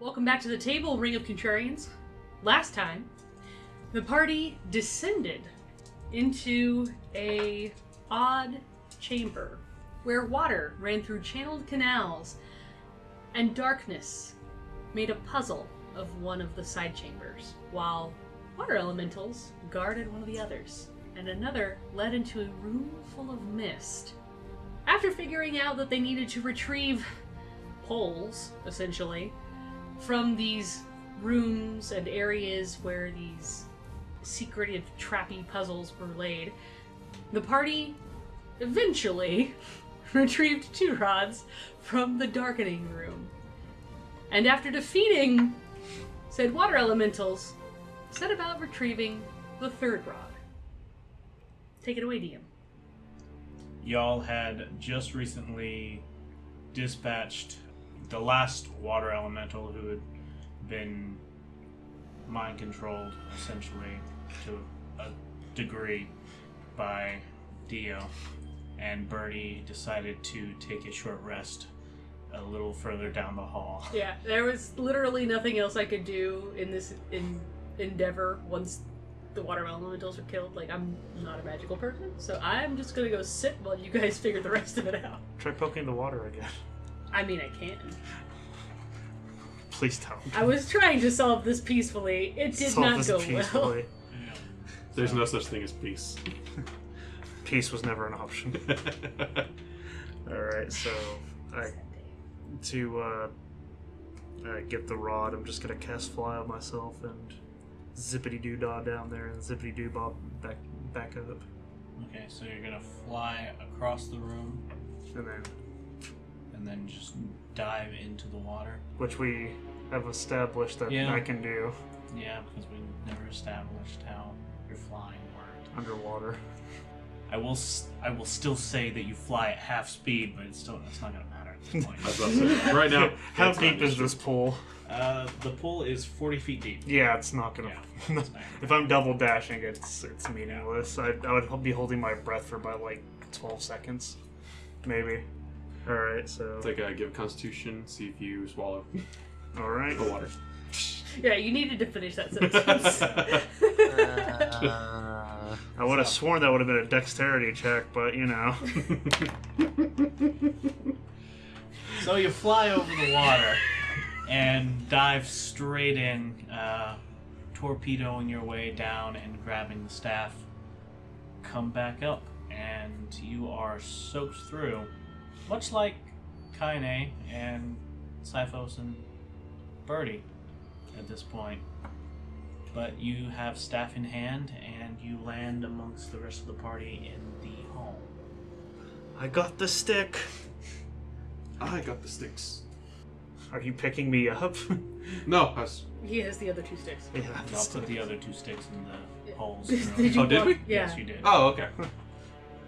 Welcome back to the table, Ring of Contrarians. Last time, the party descended into a odd chamber where water ran through channeled canals and darkness made a puzzle of one of the side chambers, while water elementals guarded one of the others, and another led into a room full of mist. After figuring out that they needed to retrieve poles, essentially, from these rooms and areas where these secretive trappy puzzles were laid, the party eventually retrieved two rods from the darkening room. And after defeating said water elementals, set about retrieving the third rod. Take it away, DM. y'all had just recently dispatched the last water elemental who had been mind controlled essentially to a degree by Dio and Birdie decided to take a short rest a little further down the hall. Yeah, there was literally nothing else I could do in this in endeavor once the water elementals were killed. Like I'm not a magical person, so I'm just gonna go sit while you guys figure the rest of it out. Try poking the water again. I mean, I can. Please don't. I was trying to solve this peacefully. It did Solve not this go well. peacefully. There's no such thing as peace. Peace was never an option. All right, so I to uh, uh, get the rod. I'm just gonna cast fly on myself and zippity doo dah down there and zippity doo bob back back up, Okay, so you're gonna fly across the room and then and then just dive into the water. which we have established that Yeah. I can do Yeah, because we never established how your flying worked. underwater. I will, s- I will still say that you fly at half speed, but it's still, it's not gonna matter at this I was point. about to say, right now, How that's deep not- is this pool? uh, the pool is forty feet deep. Yeah, it's not gonna. Yeah, it's not if I'm double dashing, it's it's meaningless. I, I would be holding my breath for about like 12 seconds, maybe. All right, so It's like uh, give Constitution, see if you swallow all right, the water. Yeah, you needed to finish that sentence. Uh, I would have sworn that would have been a dexterity check, but you know, So you fly over the water and dive straight in, uh, torpedoing your way down and grabbing the staff. Come back up, and you are soaked through, much like Kaine and Siphos and Birdie at this point. But you have staff in hand, and you land amongst the rest of the party in the hall. I got the stick. Ah, I got the sticks. Are you picking me up? No, I was, he has the other two sticks. yeah, the I'll stick. put the other two sticks in the holes. did you Oh, did want- we? Yeah, Yes, you did. oh, okay.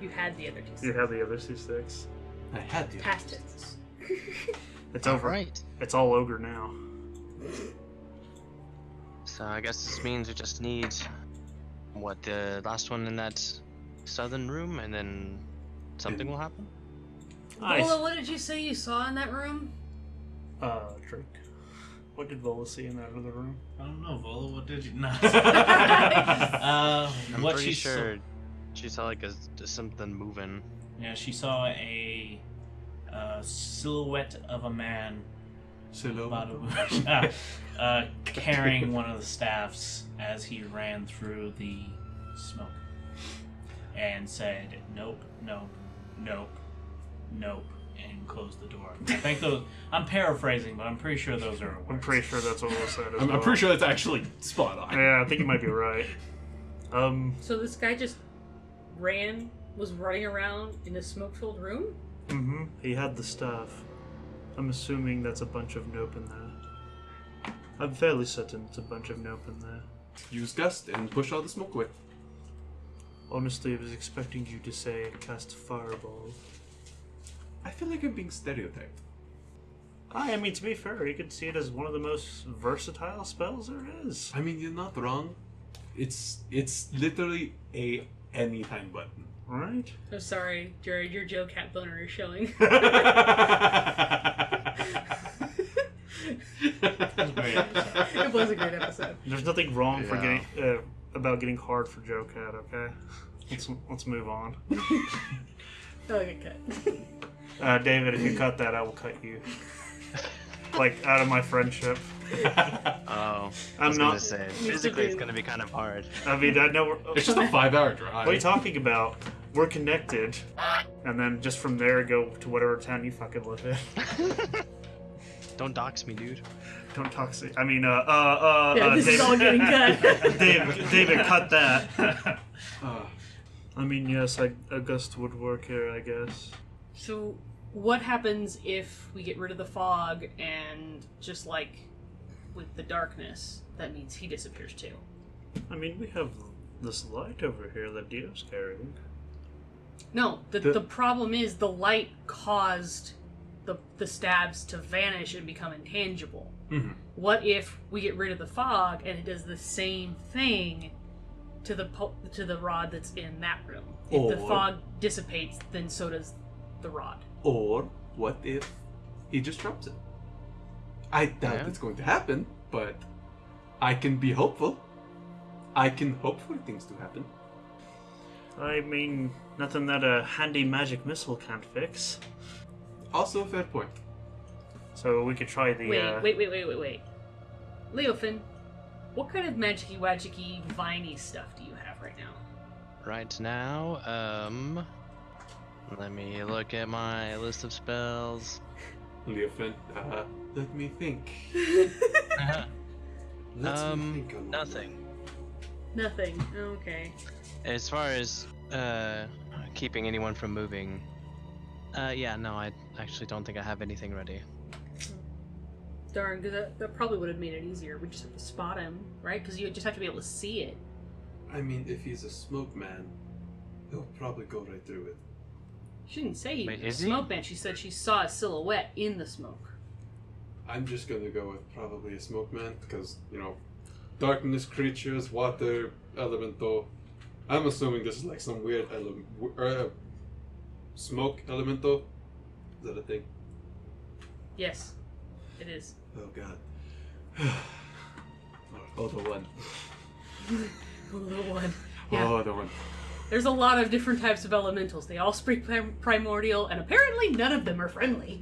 you had the other two You sticks. have the other two sticks. I had the Past tense. It's all over. right. It's all ogre now. So I guess this means we just need what the last one in that southern room, and then something will happen. Nice. Lola, what did you say you saw in that room? Uh, Drake. What did Vola see in that other room? I don't know, Vola. What did you not? other. uh, I'm what pretty she sure she saw like a, something moving. saw, yeah, she saw a uh, silhouette of a man about a- uh, carrying one of the staffs as he ran through the smoke, and said, "Nope, nope, nope, nope." And closed the door. I think those. I'm paraphrasing, but I'm pretty sure those are. I'm words. pretty sure that's what Vola said. as I'm, I'm well. pretty sure that's actually spot on. Yeah, I think you might be right. Um, So this guy just ran, was running around in a smoke-filled room. hmm he had the staff. I'm assuming that's a bunch of nope in there. I'm fairly certain it's a bunch of nope in there. Use gust and push all the smoke away. Honestly, I was expecting you to say cast fireball. I feel like I'm being stereotyped. I mean, to be fair, you could see it as one of the most versatile spells there is. I mean, you're not wrong. It's it's literally a anytime button. Right? I'm sorry, Jared, your Joe Cat boner is showing. it was a great episode. There's nothing wrong for Yeah. getting uh, about getting hard for Joe Cat. Okay, let's let's move on. That'll get cut. Uh, David, if you cut that, I will cut you. Like out of my friendship. Oh, I I'm was not. gonna say physically it's gonna be kind of hard. I mean, I know. We're, It's just a five-hour drive. what are you talking about? We're connected, and then just from there go to whatever town you fucking live in. Don't dox me, dude. Don't talk. Se- I mean, uh, uh, uh, Yeah, uh this is David, all getting cut. David, David, cut that. Uh, I mean, yes, I, August would work here, I guess. So, what happens if we get rid of the fog and just like with the darkness, that means he disappears too? I mean, we have this light over here that Dio's carrying. No, the, the, The- problem is the light caused the, the stabs to vanish and become intangible. mhm. What if we get rid of the fog and it does the same thing to the po- to the rod that's in that room? If the Or- fog dissipates, then so does the rod. Or what if he just drops it? I doubt Yeah. it's going to happen, but I can be hopeful. I can hope for things to happen. I mean, nothing that a handy magic missile can't fix. Also, fair point. So we could try the. Wait, uh, wait, wait, wait, wait, wait. Leofin, what kind of magicy wagicky viney stuff do you have right now? Right now, um, let me look at my list of spells. Leofin, uh, let me think. Let Uh-huh. Um, me think. a moment. Nothing. Nothing. Okay. As far as uh, keeping anyone from moving, uh, yeah, no, I actually don't think I have anything ready. Darn, because that, that probably would have made it easier. We just have to spot him, right? Because you just have to be able to see it. I mean, if he's a smoke man, he'll probably go right through it. She didn't say he Wait, was a is he? smoke man. She said she saw a silhouette in the smoke. I'm just gonna go with probably a smoke man because you know, darkness creatures, water, elemental. I'm assuming this is like some weird element, or uh, smoke elemental. Is that a thing? Yes, it is. Oh god. oh the one. Little one. Yeah. Oh the one. There's a lot of different types of elementals. They all speak prim- primordial, and apparently none of them are friendly.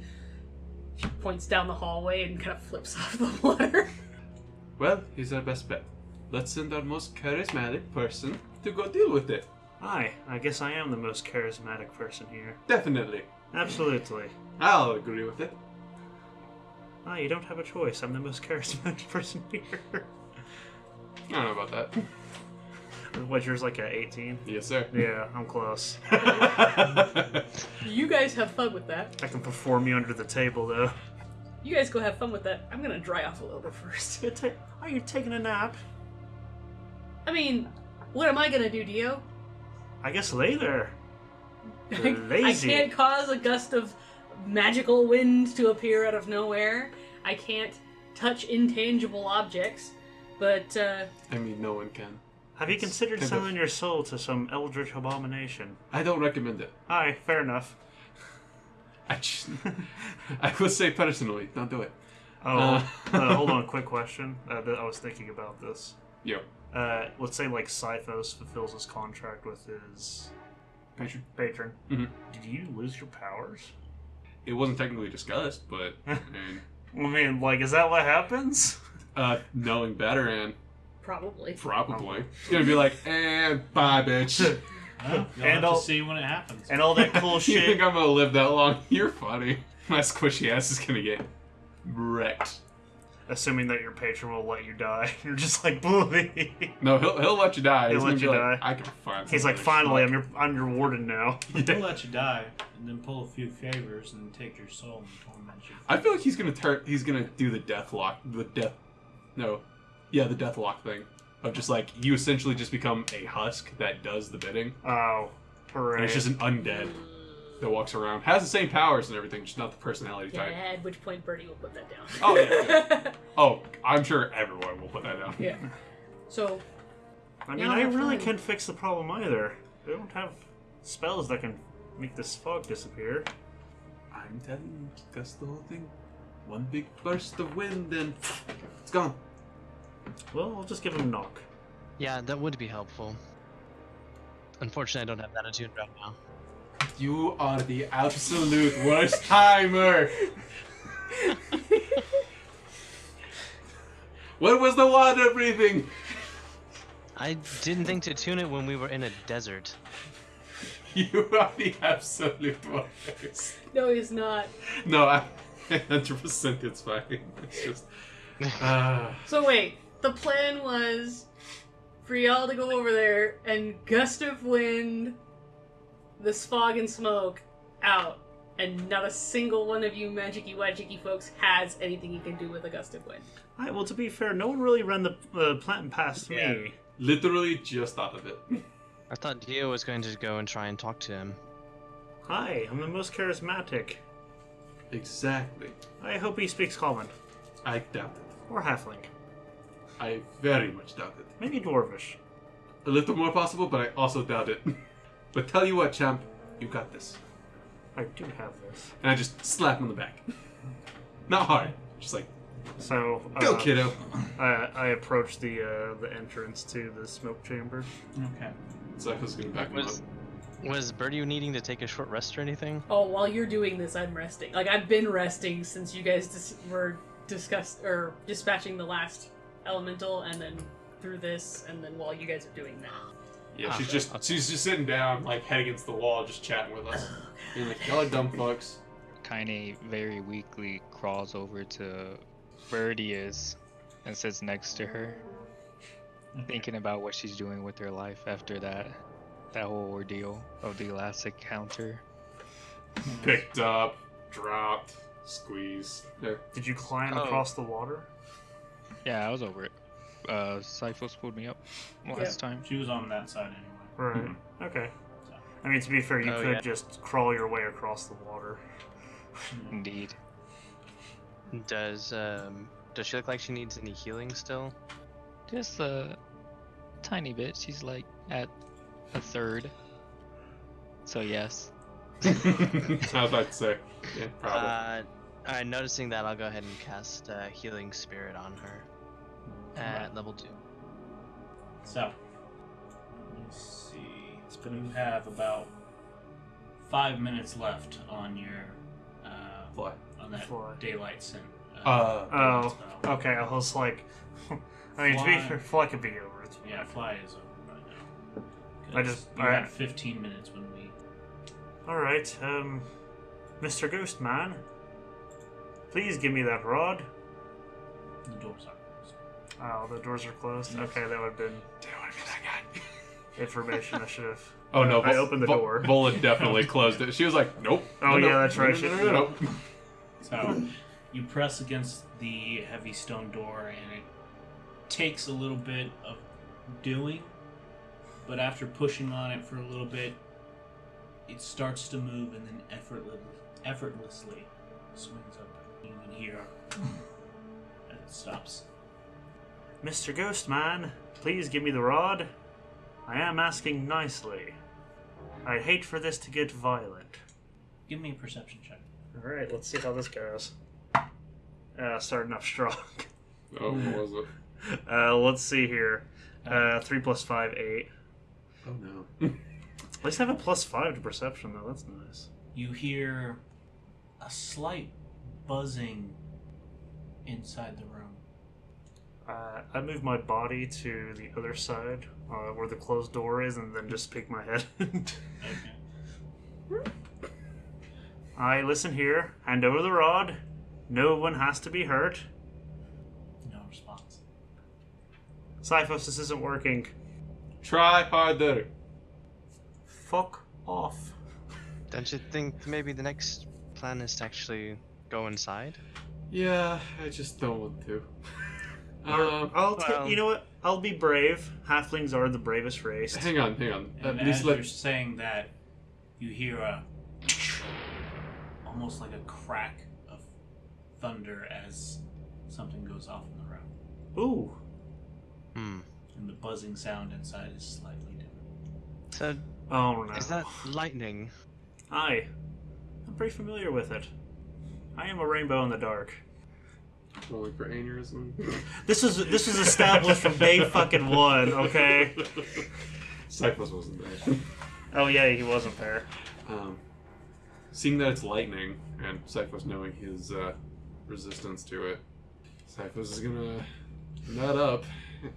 She points down the hallway and kind of flips off the water. Well, he's our best bet. Let's send our most charismatic person to go deal with it. Hi, I guess I am the most charismatic person here. Definitely. Absolutely. I'll agree with it. Ah, you don't have a choice. I'm the most charismatic person here. I don't know about that. What, yours like at 18? Yes, sir. Yeah, I'm close. You guys have fun with that. I can perform you under the table, though. You guys go have fun with that. I'm gonna dry off a little bit first. You're ta- are you taking a nap? I mean, what am I gonna do, Dio? I guess later. I- Lazy. I can't cause a gust of magical wind to appear out of nowhere. I can't touch intangible objects. But uh, I mean, no one can. Have you It's considered kind of- selling your soul to some eldritch abomination? I don't recommend it. Aye, fair enough. I just, I would say personally, don't do it. Oh, Uh. uh, hold on. Quick question. Uh, th- I was thinking about this. Yo, Uh, let's say like Siphos fulfills his contract with his patron. patron. Mhm. Did you lose your powers? It wasn't technically discussed, but I mean, I mean, like, is that what happens? uh, knowing better and probably. probably it's gonna be like, and eh, bye, bitch. Well, you'll And have to I'll- see when it happens. And all that cool you shit. think I'm gonna live that long? You're funny. My squishy ass is gonna get wrecked. Assuming that your patron will let you die, you're just like, bully. No, he'll he'll let you die. He'll He's gonna let be you like, die. I can find. He's some like, other finally, I'm schmuck." your I'm your warden now. He'll let you die, and then pull a few favors, and take your soul and torment you. I feel like he's gonna turn. He's gonna do the death lock. The death. No, yeah, the death lock thing of just like you essentially just become a husk that does the bidding. Oh, And hooray! it's just an undead that walks around, has the same powers and everything, just not the personality Yeah, type. at which point Bernie will put that down. Oh, yeah, Oh, I'm sure everyone will put that down. Yeah. So, I mean, Now I have really fun. can't fix the problem either. They don't have spells that can make this fog disappear. I'm telling you, that's the whole thing. One big burst of wind and It's gone. Well, I'll just give him a knock. Yeah, that would be helpful. Unfortunately, I don't have that attuned right now. You are the absolute worst timer. Where was the water breathing? I didn't think to tune it when we were in a desert. You are the absolute worst. No, he's not. No, I, 100% it's fine. It's just. Uh, So wait, the plan was for y'all to go over there and gust of wind this fog and smoke out, and not a single one of you magicy wagicy folks has anything you can do with a gust of wind. All right. Well, to be fair, no one really ran the uh, plant past Yeah. me. literally just thought of it. I thought Dio was going to go and try and talk to him. Hi, I'm the most charismatic. Exactly. I hope he speaks common I doubt it. or halfling, I very much doubt it. maybe dwarvish. A little more possible, but I also doubt it. but tell you what, champ, you got this. I do have this. And I just slap him on the back. Not hard. Just like, So uh, go, kiddo. I, I approach the uh, the entrance to the smoke chamber. Okay. So I was gonna back him up. Was was Birdie needing to take a short rest or anything? Oh, while you're doing this, I'm resting. Like I've been resting since you guys dis- were discussed or dispatching the last elemental, and then through this, and then while you guys are doing that. Yeah, Ah, she's just okay. she's just sitting down, like head against the wall, just chatting with us. Being like, y'all are dumb fucks. Kaine very weakly crawls over to where Birdie is and sits next to her, thinking about what she's doing with her life after that that whole ordeal of the last encounter. Picked up, dropped, squeezed. There. Did you climb Oh. across the water? Yeah, I was over it. Uh, Cyphos pulled me up last time. She was on that side anyway. Right. Okay. I mean, to be fair, you Oh, could yeah. just crawl your way across the water. Indeed. Does um does she look like she needs any healing still? Just a tiny bit. She's like at a third. So, yes. I was about to say. Yeah, probably. Uh, all right. Noticing that, I'll go ahead and cast uh, healing spirit on her at level two. So, let me see. It's been you have about five minutes left on your uh, Fly. on that Fly. daylight sin. Uh, Oh, spell. okay. I was like, I mean, to Fly. be fair, fly could be over. It's yeah, fly is over right now. 'Cause I just- you I- had 15 minutes when we. All right, um, Mr. Ghost Man, please give me that rod. The doors are closed. Oh, the doors are closed. Okay, that would have been Didn't want to be that guy. information I should have. Oh no! I Vol- opened the Vol- door. Vola definitely closed it. She was like, "Nope." Oh, No, yeah, no, that's no, right. no, She- no, no, no. So, you press against the heavy stone door, and it takes a little bit of doing, but after pushing on it for a little bit, it starts to move and then effortlessly, effortlessly swings open. You can hear and it stops. Mr. Ghost Man, please give me the rod. I am asking nicely. I'd hate for this to get violent. Give me a perception check. All right, let's see how this goes. Uh, starting off strong. Oh, what was it? Uh, let's see here. Uh, three plus five, eight. Oh no. At least I have a plus five to perception, though. That's nice. You hear a slight buzzing inside the room. Uh, I move my body to the other side, uh, where the closed door is, and then just peek my head. Okay. I listen here. Hand over the rod. No one has to be hurt. No response. Siphos, this isn't working. Try harder. Fuck off. Don't you think maybe the next plan is to actually go inside? Yeah, I just don't want to. Or- Uh, Um, I'll ta- well- you know what? I'll be brave. Halflings are the bravest race. hang on, hang on. And At least as let you're saying that, you hear a almost like a crack of thunder as something goes off in the room, Ooh. Hmm. and the buzzing sound inside is slightly different. So Oh no. is that lightning? Aye. I'm pretty familiar with it. I am a rainbow in the dark. Rolling for aneurysm. This was this was established from day fucking one. Okay. Cyclus wasn't there. Oh yeah, he wasn't there. Um, seeing that it's lightning and Cyphos knowing his uh, resistance to it, Cyphos is gonna nut up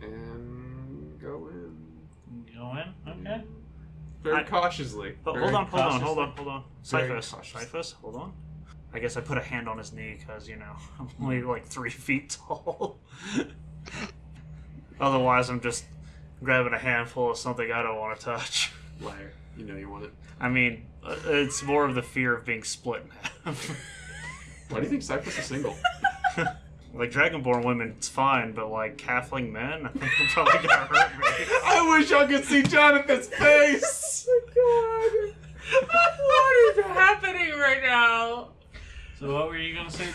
and go in Go in. Okay. very I- cautiously. But very hold on, hold on, cautious. hold on, hold on. Very Cyphus, cautious. Cyphus, hold on. I guess I put a hand on his knee because you know I'm only like three feet tall. Otherwise, I'm just grabbing a handful of something I don't want to touch. Liar, you know you want it. I mean, uh, it's more of the fear of being split in half. Why do you think Cyphos is single? like Dragonborn women, it's fine, but like halfling men, I think they're probably gonna hurt me. I wish I could see Jonathan's face. Oh God. what is happening right now? So what were you gonna say?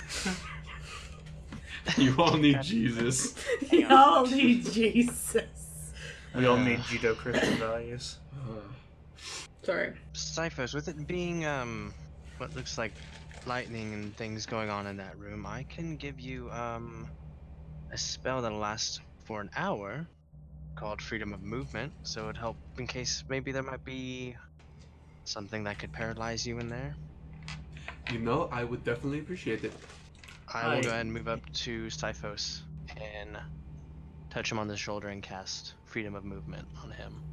you all need Jesus. Y'all need Jesus. We all need Judo Christian values. Sorry. Cyphers, with it being um, what looks like lightning and things going on in that room, I can give you um, a spell that'll last for an hour, called Freedom of Movement. So it'd help in case maybe there might be something that could paralyze you in there. You know, I would definitely appreciate it. I will I- go ahead and move up to Siphos and touch him on the shoulder and cast Freedom of Movement on him.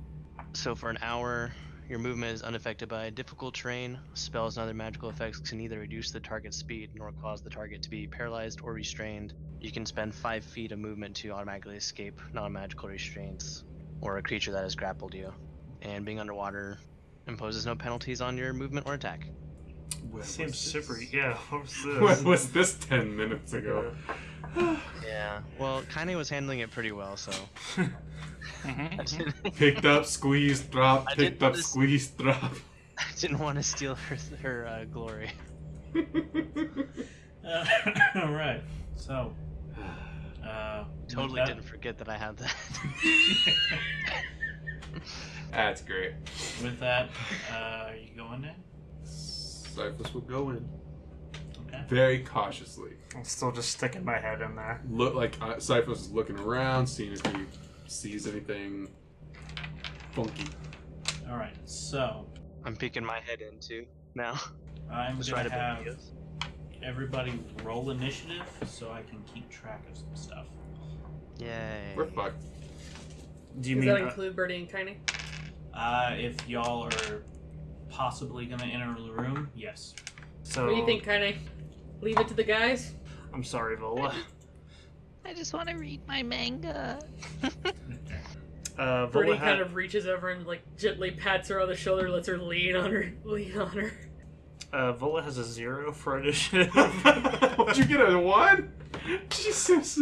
So for an hour, your movement is unaffected by difficult terrain. Spells and other magical effects can neither reduce the target's speed nor cause the target to be paralyzed or restrained. You can spend five feet of movement to automatically escape non-magical restraints or a creature that has grappled you. And being underwater imposes no penalties on your movement or attack. Where Seems was super. this? Yeah. What was this? Where was this ten minutes ago? Yeah. Well, Kanye was handling it pretty well, so. Mm-hmm. Picked up, squeezed, drop. I Picked did up, this- squeezed, drop. I didn't want to steal her her uh, glory. Uh, all right. So. Uh, Totally that- didn't forget that I had that. That's great. With that, uh, are you going in? Cypress will go in Okay. very cautiously. I'm still just sticking my head in there. Look like uh, Cypress is looking around, seeing if he sees anything funky. All right. So I'm peeking my head in too now. I'm Just gonna right up have in the ears. everybody roll initiative so I can keep track of some stuff. Yay. We're fucked. Do you Does mean that uh, include Birdie and Tiny? Uh, if y'all are possibly gonna enter the room, yes. so? What Oh. do you think, Tiny? Leave it to the guys? I'm sorry, Vola. I just want to read my manga. Uh, Birdie Vola kind had, of reaches over and like gently pats her on the shoulder, lets her lean on her lean on her. uh, Vola has a zero for initiative. Did you get a one? Jesus.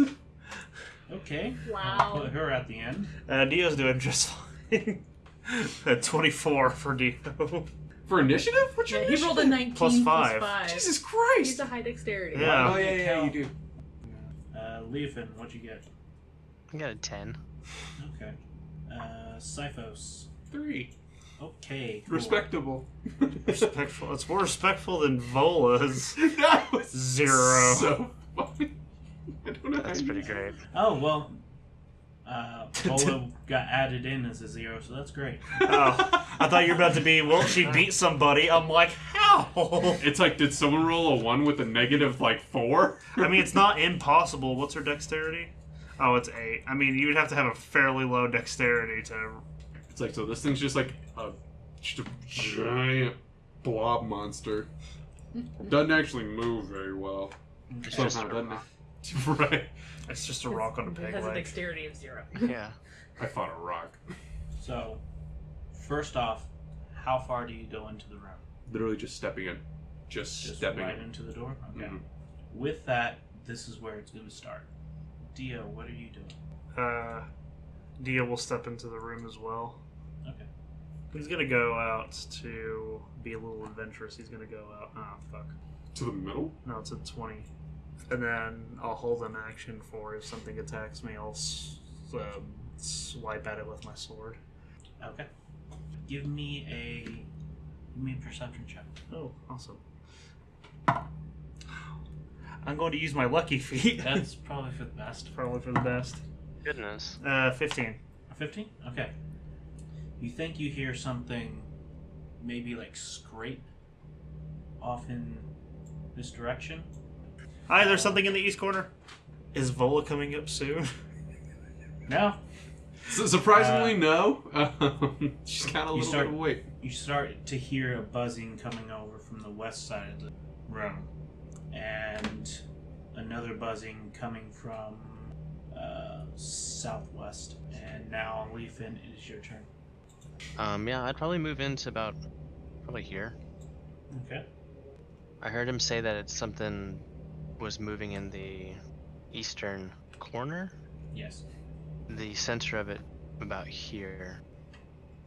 Okay. I'll Wow. put her at the end. uh, Dio's doing just fine. a 24 for Dio. For initiative? What you Yeah, he rolled a initiative? 19 Plus five. Jesus He's Christ. a high dexterity. Yeah. Oh yeah, yeah, yeah, you do. Uh, Leofin, what'd you get? I got a ten. Okay. Uh, Siphos. Three. Okay. cool. Respectable. respectful. It's more respectful than Vola's that was zero. So funny. I don't know. That's how you- pretty great. Oh well. Uh, Volo got added in as a zero, so that's great. oh, I thought you were about to be. Well, she beat somebody. I'm like, how? It's like, did someone roll a one with a negative like four? I mean, it's not impossible. What's her dexterity? Oh, it's eight. I mean, you would have to have a fairly low dexterity to. It's like, so this thing's just like a, just a giant blob monster. Doesn't actually move very well. It's Somehow, just a doesn't rock. it? right. It's just a rock on a It peg has a leg. dexterity of zero. Yeah. I fought a rock. So, first off, how far do you go into the room? Literally just stepping in. Just, Just stepping right in. into the door. Okay. Mhm. With that, this is where it's going to start. Dio, what are you doing? Uh, Dia will step into the room as well. Okay. He's gonna go out to be a little adventurous. He's gonna go out. Oh fuck! To the middle? No, it's a twenty. And then I'll hold an action for if something attacks me. I'll s- um, swipe at it with my sword. Okay. Give me a give me a perception check. Oh, awesome! I'm going to use my lucky feet. That's probably for the best. probably for the best. Goodness. Uh, 15. A 15? Okay. You think you hear something maybe like scrape off in this direction? Hi, there's something in the east corner. Is Vola coming up soon? No. Su- surprisingly, no. Um, she's got a You little start- bit of weight. You start to hear a buzzing coming over from the west side of the room, and another buzzing coming from uh, southwest. And now, Leafin, it is your turn. Um, yeah, I'd probably move into about probably here. Okay. I heard him say that it's something was moving in the eastern corner, Yes. the center of it about here.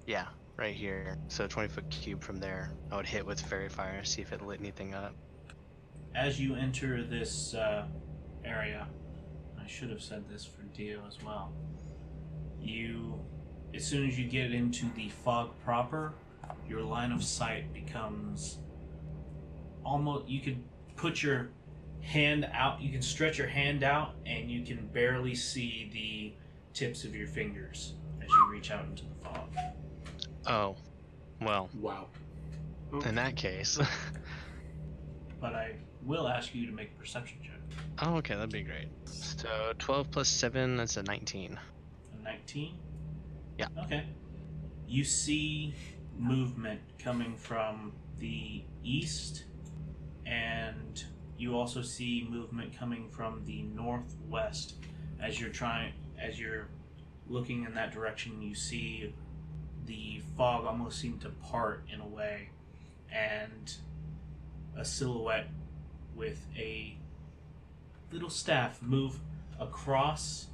Yeah, right here. So 20 foot cube from there. I would hit with fairy fire, see if it lit anything up. as you enter this uh, area, I should have said this for Dio as well. You, as soon as you get into the fog proper, your line of sight becomes almost. You could put your hand out. You can stretch your hand out, and you can barely see the tips of your fingers as you reach out into the fog. Oh, well, Wow. in that case. But I will ask you to make a perception check. oh, okay, that'd be great. So 12 plus 7, that's a 19. A 19? Yeah. Okay. You see movement coming from the east, and you also see movement coming from the northwest. As you're trying, as you're looking in that direction, you see the fog almost seem to part in a way, and a silhouette with a little staff move across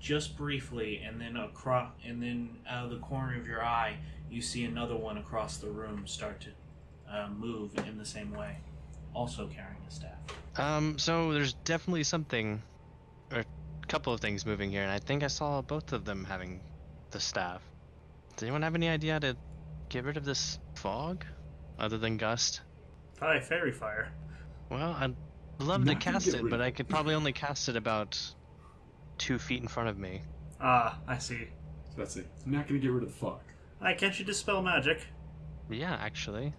just briefly, and then across, and then out of the corner of your eye, you see another one across the room start to uh, move in the same way, also carrying a staff. Um, so there's definitely something, or a couple of things moving here, and I think I saw both of them having the staff. Does anyone have any idea how to get rid of this fog, other than gust? Hi, fairy fire. Well, I'd love to Nothing cast get it, rid but of- I could probably only cast it about two feet in front of me. Ah, I see. So that's it. Not gonna get rid of the fog. I can't you dispel magic? Yeah, actually.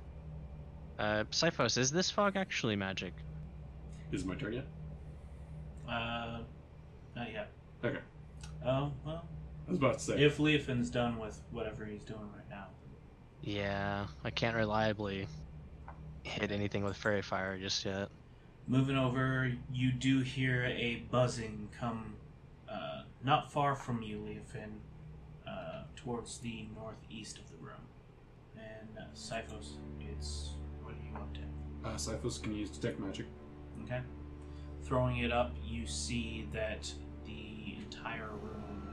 Uh, Siphos, is this fog actually magic? Is it my turn yet? Uh, not yet. Okay. Oh well, I was about to say. if Leofin's done with whatever he's doing right now, Yeah, I can't reliably hit anything with fairy fire just yet. Moving over, you do hear a buzzing come uh, not far from you, Leofin, uh, towards the northeast of the room. And uh, Siphos, it's what are you up to? uh, Siphos can use detect magic. Okay. Throwing it up, you see that the entire room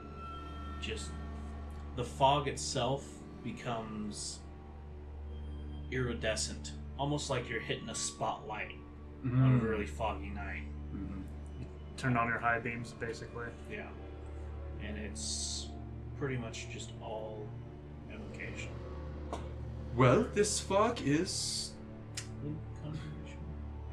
just. The fog itself becomes iridescent, almost like you're hitting a spotlight Mm-hmm. Hmm. on a really foggy night. Mhm. Turn on your high beams, basically. Yeah. And it's pretty much just all evocation. Well, this fog is. Conjuration?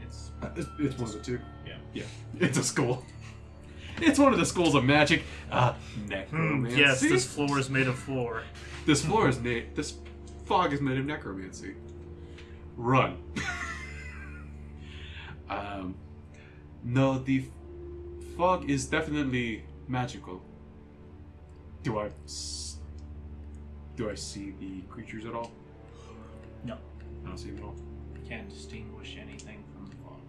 It's uh, it's- it's one of the two. Yeah. Yeah. It's a school. It's one of the schools of magic. Uh, Hmm, necromancy. yes, this floor is made of floor. This floor is na- This fog is made of necromancy. Run. um, no, the fog is definitely magical. Do I s- do I see the creatures at all? No. I don't see them at all. can't distinguish anything from the fog.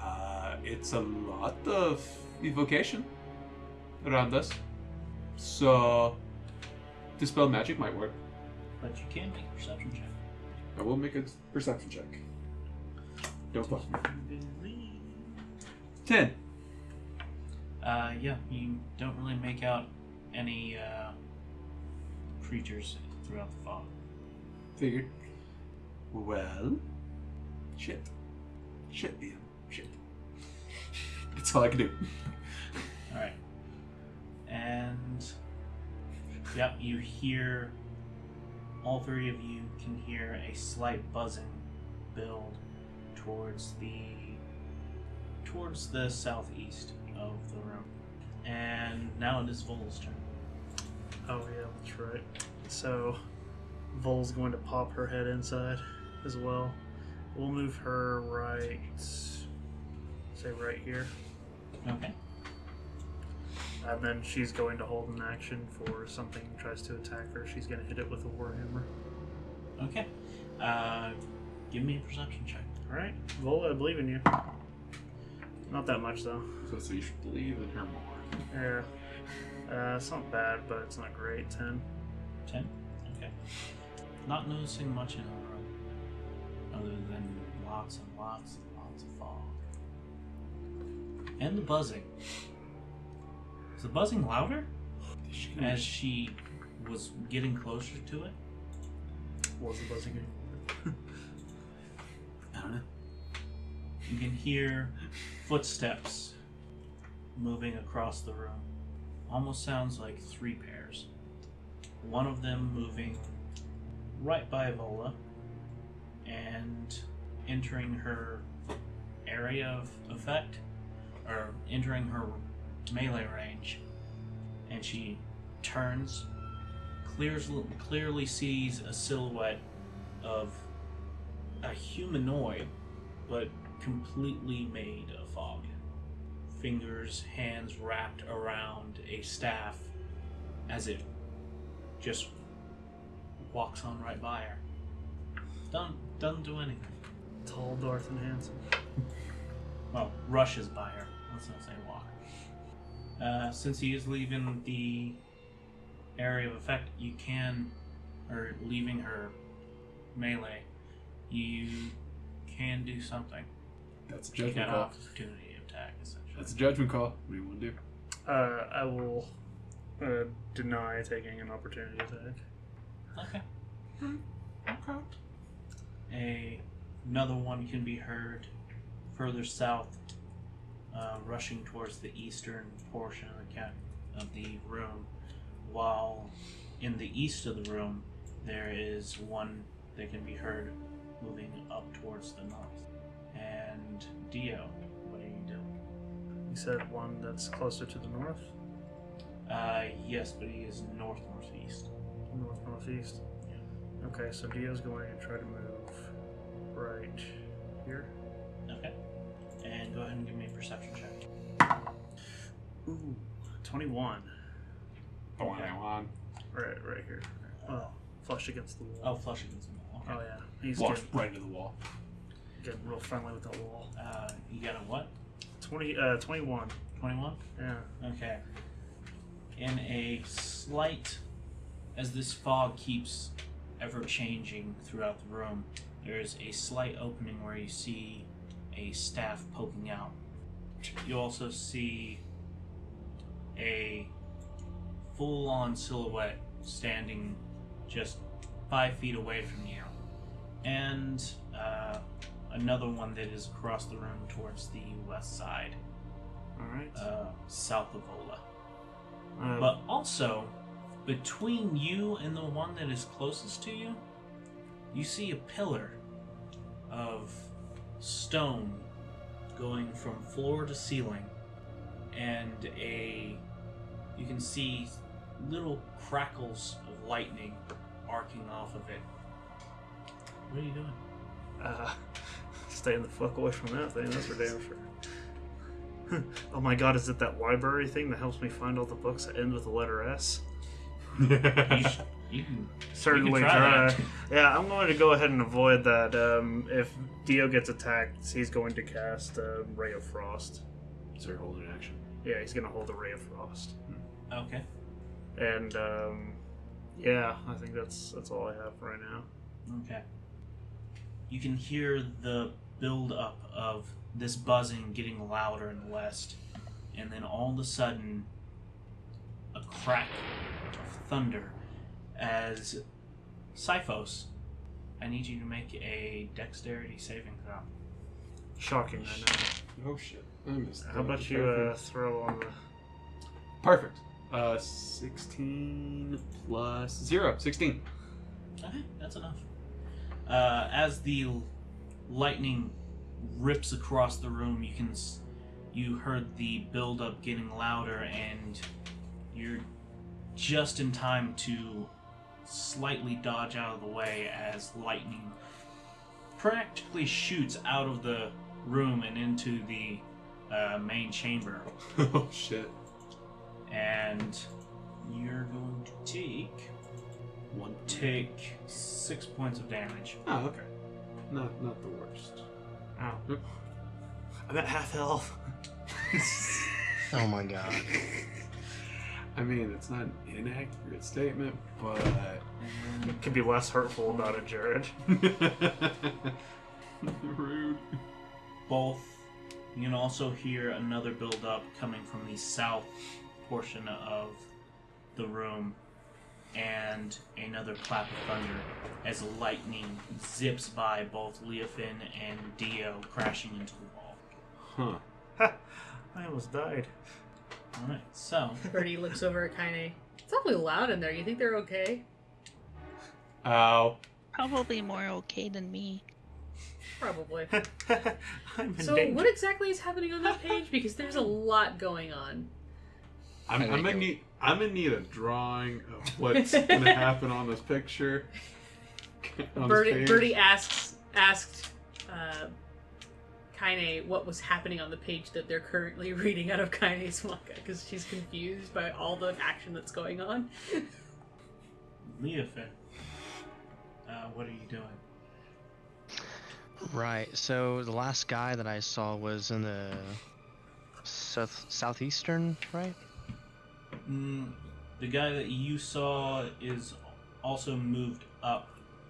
Uh, it's a lot of evocation around us, so dispel magic might work. But you can make a perception check. I will make a perception check. Don't fuck me. Ten. Uh, yeah, you don't really make out any uh, creatures throughout the fog. Figured. Well. Shit. Shit, Ian. Shit. That's all I can do. All right, and yep, you hear all three of you can hear a slight buzzing build towards the towards the southeast of the room. And now it is Vol's turn. Oh yeah, that's right. So Vol's going to pop her head inside as well. We'll move her right say right here. Okay. And then she's going to hold an action for something tries to attack her. She's gonna hit it with a warhammer. Okay. Uh, give me a perception check. Alright. Vol, I believe in you. Not that much though. So, so you should believe in her more. Yeah. Uh, it's not bad, but it's not great. Ten. Ten. Okay. Not noticing much in the room, other than lots and lots and lots of fog, and the buzzing. Is the buzzing louder as she was getting closer to it? What's the buzzing? I don't know. You can hear footsteps moving across the room. Almost sounds like three pairs. One of them moving right by Vola and entering her area of effect, or entering her melee range. And she turns, clears, clearly sees a silhouette of a humanoid, but completely made of fog. Fingers, hands wrapped around a staff as it just walks on right by her. Doesn't, doesn't do anything. Tall, Darth, and handsome. Well, rushes by her. Let's not say walk. Uh, since he is leaving the area of effect, you can, or leaving her melee, you can do something. That's a You got judgment an call. opportunity attack, essentially. That's a judgment call. What do you want to do? Uh, I will uh, deny taking an opportunity attack. Okay. Okay. A, another one can be heard further south, uh, rushing towards the eastern portion of the, ca- of the room, while in the east of the room there is one that can be heard moving up towards the north. And Dio, what are you doing? You said one that's closer to the north, Uh, yes, but he is north northeast. north northeast. Okay, so Dio's going to try to move right here. Okay. And go ahead and give me a perception check. Ooh, 21. Oh, I want. Right, right here. Oh, flush against the wall. Oh, flush against the wall. Okay. Oh, yeah. He's Walks getting, right into the wall. getting real friendly with the wall. Uh, you got a what? 20, uh, 21. 21? Yeah. Okay. In a slight. As this fog keeps ever changing throughout the room, there is a slight opening where you see a staff poking out. You also see a full on silhouette standing just five feet away from you. And uh, another one that is across the room towards the west side Alright. uh, south of Ola. Uh, But also, between you and the one that is closest to you, you see a pillar of stone going from floor to ceiling, and a you can see little crackles of lightning arcing off of it. What are you doing? Uh, staying the fuck away from that thing, that's for damn sure. oh my god, is it that library thing that helps me find all the books that end with the letter S? You, sh- you can Certainly try try. that. Yeah, I'm going to go ahead and avoid that. Um, if Dio gets attacked, he's going to cast uh, Ray of Frost. So you're holding action. Yeah, he's going to hold a Ray of Frost. okay. And um, yeah, I think that's that's all I have right now. Okay. You can hear the build up of this buzzing getting louder and less, and then all of a sudden, a crack of thunder as Siphos, I need you to make a dexterity saving throw. Shocking, I know. Oh shit. I missed How that. about you uh, throw on the Perfect. Uh, 16 plus 0. 16. Okay, that's enough. Uh, as the lightning rips across the room, you can s- you heard the buildup getting louder, and you're just in time to slightly dodge out of the way as lightning practically shoots out of the room and into the uh, main chamber. oh shit. And you're going to take. One take six points of damage. Oh, okay. Not not the worst. Ow. I'm at half health. Oh my god. I mean, it's not an inaccurate statement, but It could be less hurtful about it, Jared. rude. both. You can also hear another buildup coming from the south portion of the room, and another clap of thunder as lightning zips by both Leofin and Dio, crashing into the wall. Huh. Ha! I almost died. All right, so Birdie looks over at Kaine. It's awfully loud in there. You think they're okay? Ow. Probably more okay than me. Probably. I'm in So, danger. what exactly is happening on that page? Because there's a lot going on. I'm, I think I'm it- in need. I'm in need of drawing of what's gonna happen on this picture. On this Birdie, page. Birdie asks asked uh, Kaine what was happening on the page that they're currently reading out of Kaine's manga because she's confused by all the action that's going on. Leofin, uh, what are you doing? Right. So the last guy that I saw was in the south southeastern, right? Mm, the guy that you saw is also moved up.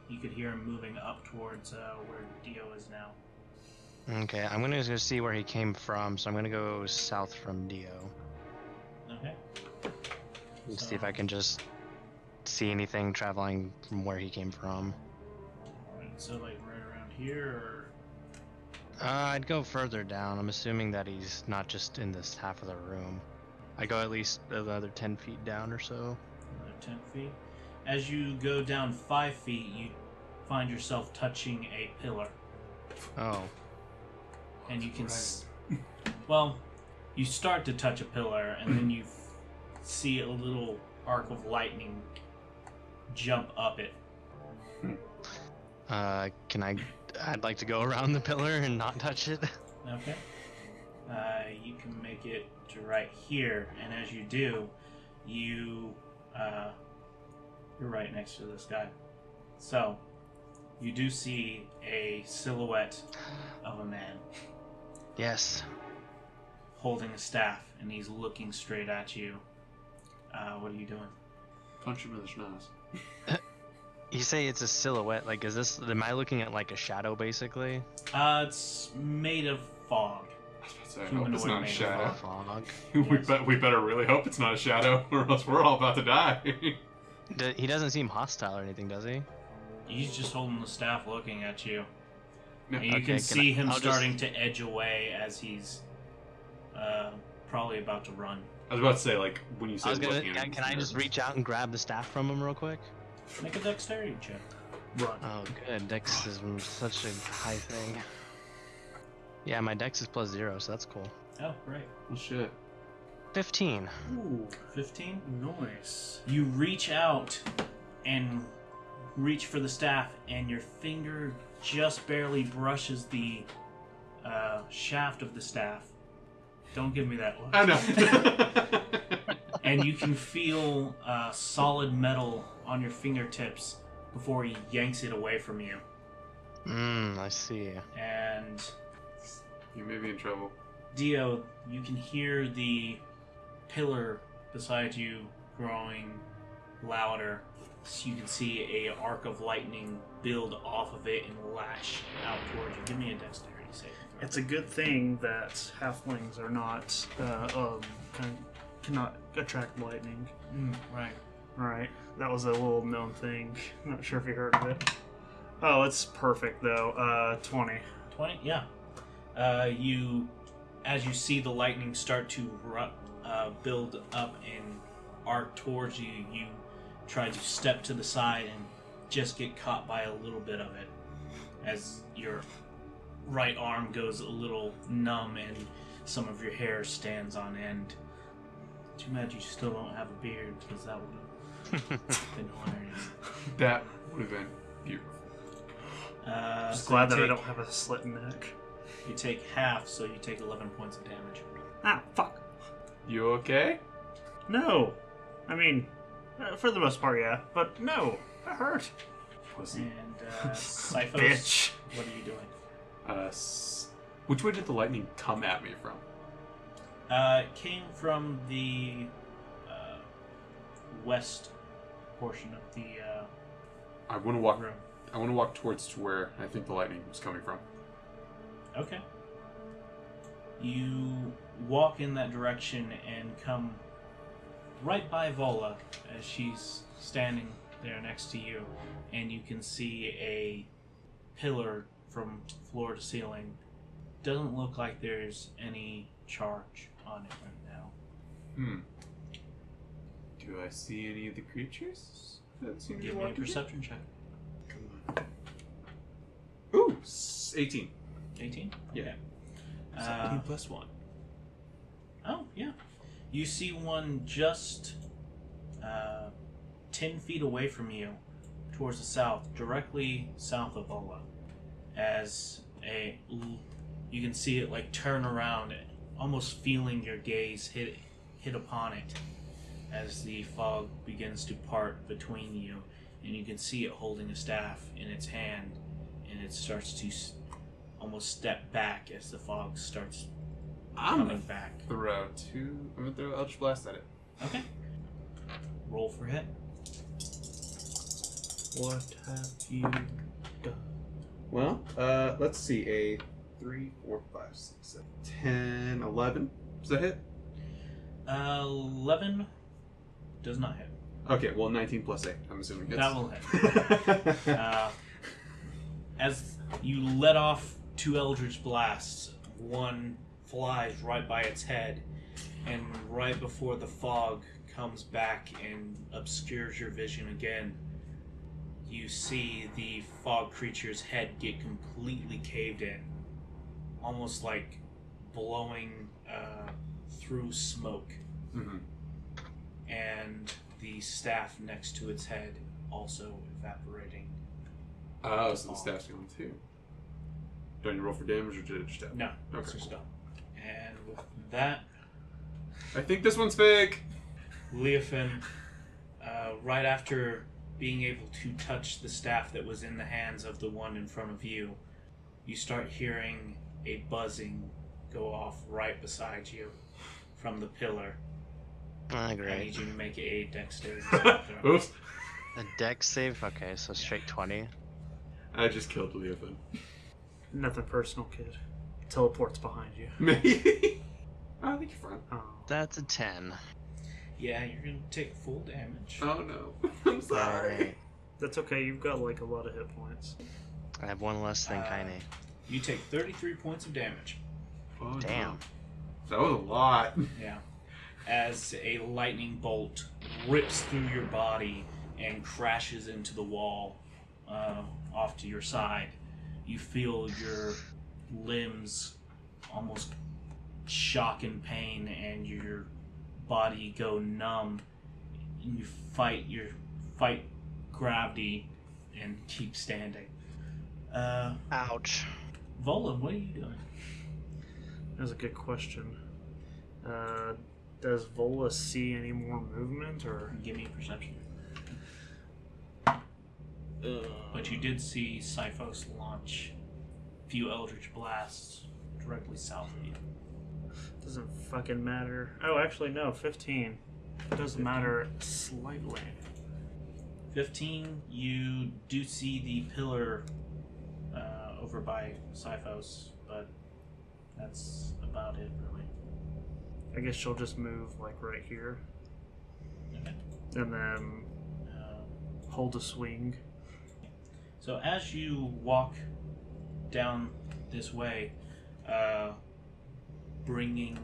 You could hear him moving up towards uh, where Dio is now. Okay. I'm gonna go see where he came from. So I'm gonna go south from Dio Okay. and see if I can just see anything traveling from where he came from. Alright, so like right around here, Uh, I'd go further down. I'm assuming that he's not just in this half of the room. I go at least another ten feet down or so. or another ten feet. As you go down five feet, you find yourself touching a pillar, Oh, and you can. S- well, you start to touch a pillar, and then you f- see a little arc of lightning jump up it. uh, can I? I'd like to go around the pillar and not touch it. Okay. Uh, you can make it to right here, and as you do, you uh, you're right next to this guy. So you do see a silhouette of a man Yes. holding a staff, and he's looking straight at you. Uh, what are you doing? Punch him in the schnoz. You say it's a silhouette. Like, is this? Am I looking at like a shadow, basically? Uh, it's made of fog. I was about to say, I hope Hmm, it's Humanoid not a made of shadow. Fog. we, bet we better really hope it's not a shadow, or else we're all about to die. D- he doesn't seem hostile or anything, does he? He's just holding the staff, looking at you. No, And you okay, can can see I- him I'll just- starting to edge away as he's uh, probably about to run. I was about to say, like, when you I say was gonna. looking at Can, him, can I just reach out and grab the staff from him real quick? Make a dexterity check. Run. Oh, good. Dex is such a high thing. Yeah, my dex is plus zero, so that's cool. Oh, great. Oh, shit. Fifteen. Ooh, 15? Nice. You reach out and reach for the staff, and your finger just barely brushes the uh, shaft of the staff. Don't give me that look. I know. and you can feel uh, solid metal on your fingertips before he yanks it away from you. Mmm, I see. And you may be in trouble. Dio, you can hear the pillar beside you growing louder. So you can see a arc of lightning build off of it and lash out towards you. Give me a dexterity save. throw. It's a good thing that halflings are not, uh, um, can, cannot attract lightning. Mm, right. Alright, that was a little known thing. Not sure if you heard of it. Oh, it's perfect though. Uh, 20. 20 yeah uh, you as you see the lightning start to ru- uh, build up and arc towards you you try to step to the side and just get caught by a little bit of it as your right arm goes a little numb and Some of your hair stands on end. Too bad you still don't have a beard, because that would have been hilarious. That would have been beautiful. Uh, just so glad you that I take- don't have a slit neck. You take half, so you take 11 points of damage. Ah, fuck. You okay? No. I mean, uh, for the most part, yeah. But no, that hurt. Pussy. And uh, Siphos, Bitch. what are you doing? Uh, s- which way did the lightning come at me from? Uh, it came from the uh, west portion of the uh, I want to walk. room. I want to walk towards to where I think the lightning was coming from. Okay. You walk in that direction and come right by Vola as she's standing there next to you, and you can see a pillar from floor to ceiling. Doesn't look like there's any charge on it right now. Hmm. Do I see any of the creatures that seem to Give be me a walking? here? perception check. Come on. Ooh, s- eighteen. 18? Yeah. Okay. Seventeen Uh, plus one. Oh, yeah. You see one just uh, 10 feet away from you, towards the south, directly south of Ola. As a. You can see it like turn around, almost feeling your gaze hit, hit upon it as the fog begins to part between you, and you can see it holding a staff in its hand, and it starts to s- almost step back as the fog starts I'm coming gonna back. throw two. I'm gonna throw Eldritch Blast at it. Okay. Roll for hit. What have you done? Well, uh, let's see. A three, four, five, six, seven, ten, eleven. Does that hit? Uh, 11 does not hit. Okay, well, 19 plus 8, I'm assuming hits. That will hit. Uh, as you let off two Eldritch blasts, one flies right by its head, and right before the fog comes back and obscures your vision again, you see the fog creature's head get completely caved in, almost like blowing uh, through smoke. Mhm. and the staff next to its head also evaporating. Oh, so the staff's going too. Don't you roll for damage or did it just happen? No, it's Okay. just gone. And with that, I think this one's fake! Leofin, uh, right after being able to touch the staff that was in the hands of the one in front of you, you start hearing a buzzing go off right beside you from the pillar. Ah, I need great. you to make a dexterity saving throw. Oops. A deck save? Okay, so straight 20. I just killed Leofin. Nothing personal, kid. Teleports behind you. Maybe. I think you're fine. Oh. That's a 10. Yeah, you're gonna take full damage. Oh no. I'm sorry. Alright. That's okay. You've got like a lot of hit points. I have one less than Uh, Kaine. You take 33 points of damage. Oh, no. Damn. That was a lot. Yeah. As a lightning bolt rips through your body and crashes into the wall uh, off to your side, you feel your limbs almost shock and pain, and your body go numb. And you fight your fight gravity and keep standing. Uh, Ouch. Volan, what are you doing? That's a good question. Uh, does Vola see any more movement or? Give me a perception. Uh, But you did see Siphos launch a few Eldritch Blasts directly south of you. Doesn't fucking matter. Oh, actually, no. Fifteen. It doesn't matter slightly. 15, you do see the pillar uh, over by Siphos, but that's about it, really. I guess she'll just move like right here, Okay. and then Um, hold a swing. So as you walk down this way, uh, bringing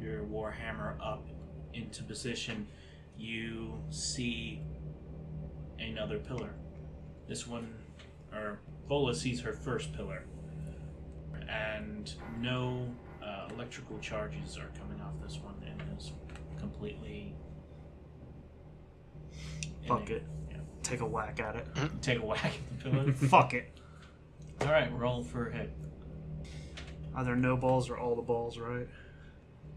your warhammer up into position, you see another pillar. This one, or Vola sees her first pillar, and no uh, uh, electrical charges are coming off this one and is completely. Fuck it. Yeah. Take a whack at it. Take a whack at the pillar. Fuck it. All right, roll for hit. Either no balls or all the balls, right?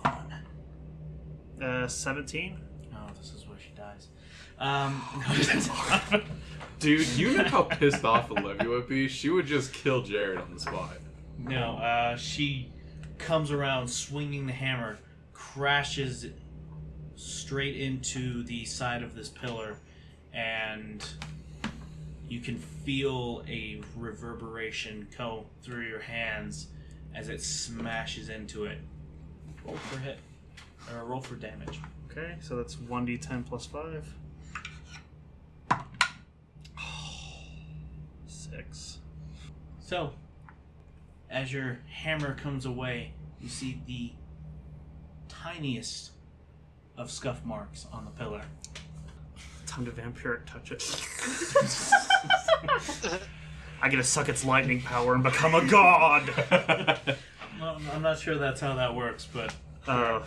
On. Uh, 17? Oh, this is where she dies. Um, no, it doesn't. Dude, you know how pissed off Olivia would be? She would just kill Jared on the spot. no uh, she comes around swinging the hammer, crashes straight into the side of this pillar, and you can feel a reverberation go through your hands as it smashes into it. Roll for hit, or roll for damage. Okay, so that's 1d10 plus 5. 6. So, as your hammer comes away, you see the tiniest of scuff marks on the pillar. Time to vampiric touch it. I gotta suck its lightning power and become a god! Well, I'm not sure that's how that works, but Uh,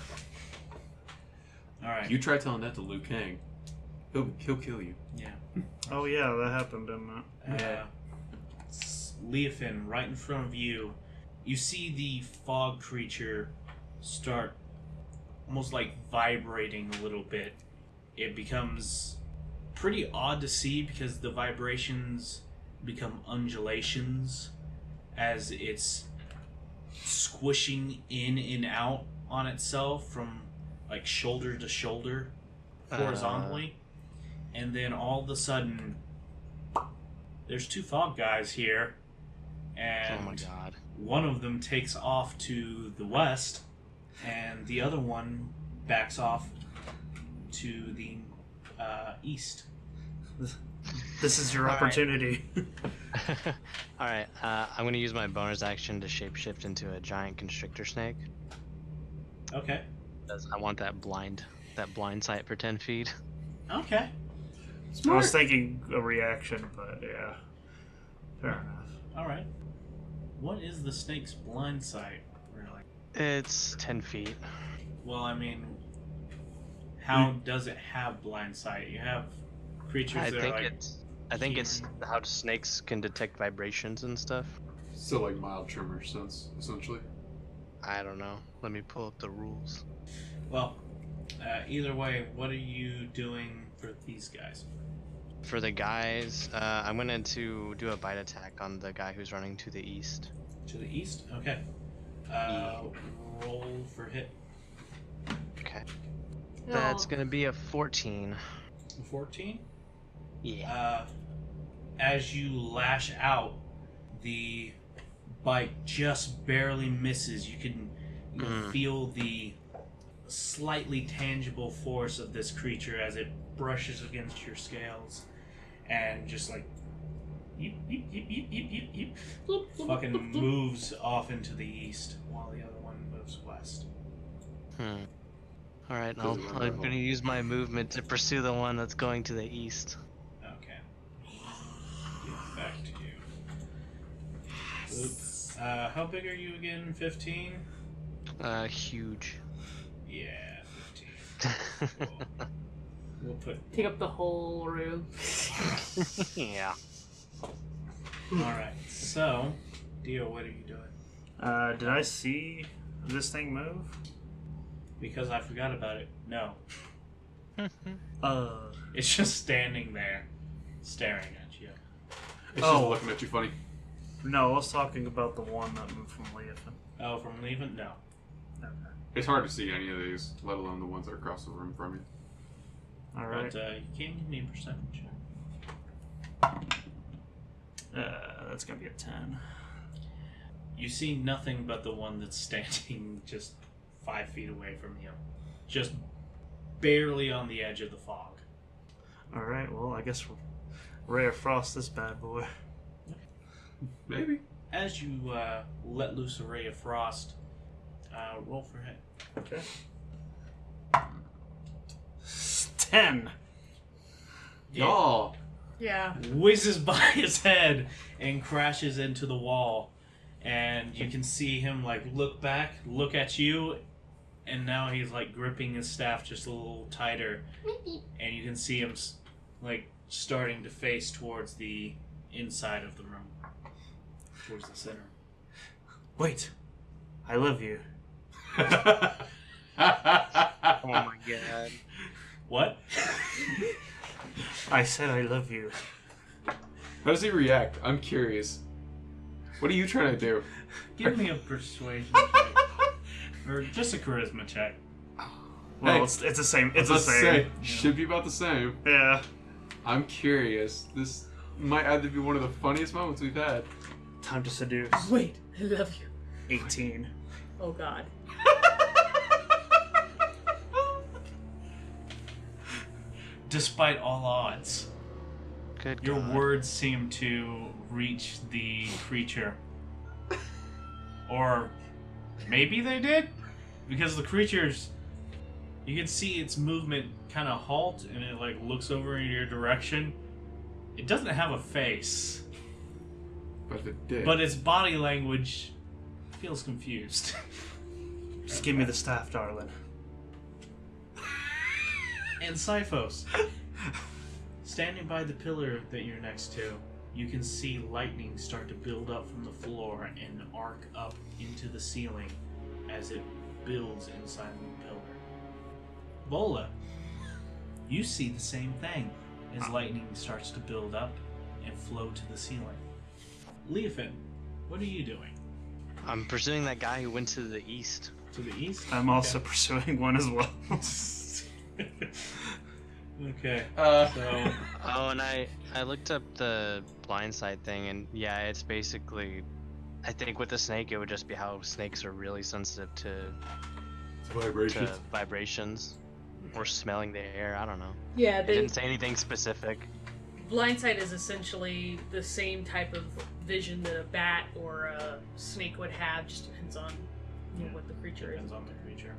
all right. You try telling that to Liu Kang, he'll, he'll kill you. yeah. oh, yeah, that happened, didn't it? Uh, Yeah. s- Leofin, right in front of you, you see the fog creature start almost like vibrating a little bit. It becomes pretty odd to see because the vibrations become undulations as it's squishing in and out on itself from like shoulder to shoulder horizontally. and then all of a sudden, there's two fog guys here, and oh my god. one of them takes off to the west, and the other one backs off to the uh, east. This is your All right. opportunity. All right, uh, I'm gonna use my bonus action to shapeshift into a giant constrictor snake. Okay. 'cause I want that blind, that blind sight for ten feet. Okay. I was thinking a reaction, but yeah. Fair enough. All right. What is the snake's blind sight? Really? It's ten feet. Well, I mean, how does it have blind sight? You have creatures Hmm. I that think are like it's. I think it's how snakes can detect vibrations and stuff. So, like, mild tremor sense, essentially. I don't know. Let me pull up the rules. Well, uh, either way, what are you doing for these guys? For the guys, uh, I'm gonna to do a bite attack on the guy who's running to the east. To the east? Okay. Uh, roll for hit. Okay, that's Oh. gonna be a 14. 14. Yeah. Uh, as you lash out, the bike just barely misses. You can you can Mm. feel the slightly tangible force of this creature as it brushes against your scales and just like yeep, yeep, yeep, yeep, yeep, yeep, yeep, fucking moves off into the east while the other one moves west. Hmm. All right, I'll, Doesn't matter I'm how- gonna use my movement to pursue the one that's going to the east. Okay. Get back to you. Oop. Uh, how big are you again? 15? Uh, huge. Yeah, 15. yeah. We'll put. Take up the whole room. Alright, so, Dio, what are you doing? Uh, did I see this thing move? Because I forgot about it. No. Uh, It's just standing there, staring at you. It's Oh. just looking at you funny. no, I was talking about the one that moved from Leofin. Oh, from leaving? No. Okay. It's hard to see any of these, let alone the ones that are across the room from you. All right. But uh, you can give me a percentage. Uh, that's gonna be a ten. You see nothing but the one that's standing just five feet away from you. Just barely on the edge of the fog. All right. Well, I guess we'll ray of frost this bad boy. Maybe. As you uh, let loose a ray of frost, uh, roll for hit. Okay. Ten. Y'all. Yeah. whizzes by his head and crashes into the wall and you can see him like look back, look at you, and now he's like gripping his staff just a little tighter, and you can see him s- like starting to face towards the inside of the room, towards the center. Wait, I love you. Oh my god. What? I said I love you. How does he react? I'm curious. What are you trying to do? Give me a persuasion check, or just a charisma check. Well, Hey, it's, it's the same. It's the Let's same. say should be about the same. Yeah. I'm curious. This might either be one of the funniest moments we've had. Time to seduce. Wait, I love you. 18. Oh God. Despite all odds, Good your God. words seem to reach the creature, or maybe they did, because the creature's. You can see its movement kind of halt, and it like looks over in your direction. It doesn't have a face, But if it did. but its body language feels confused. Just give me the staff, darling. and Siphos. Standing by the pillar that you're next to, you can see lightning start to build up from the floor and arc up into the ceiling as it builds inside the pillar. Bola, you see the same thing as lightning starts to build up and flow to the ceiling. Leofin, what are you doing? I'm pursuing that guy who went to the east. To the east? I'm also pursuing one as well. okay. uh, So Oh, and I I looked up the blindside thing, and yeah, it's basically, I think with the snake, it would just be how snakes are really sensitive to vibrations. to vibrations or smelling the air. I don't know. Yeah, It they, didn't say anything specific. blindsight is essentially the same type of vision that a bat or a snake would have. Just depends on you know, what the creature is. depends on the creature.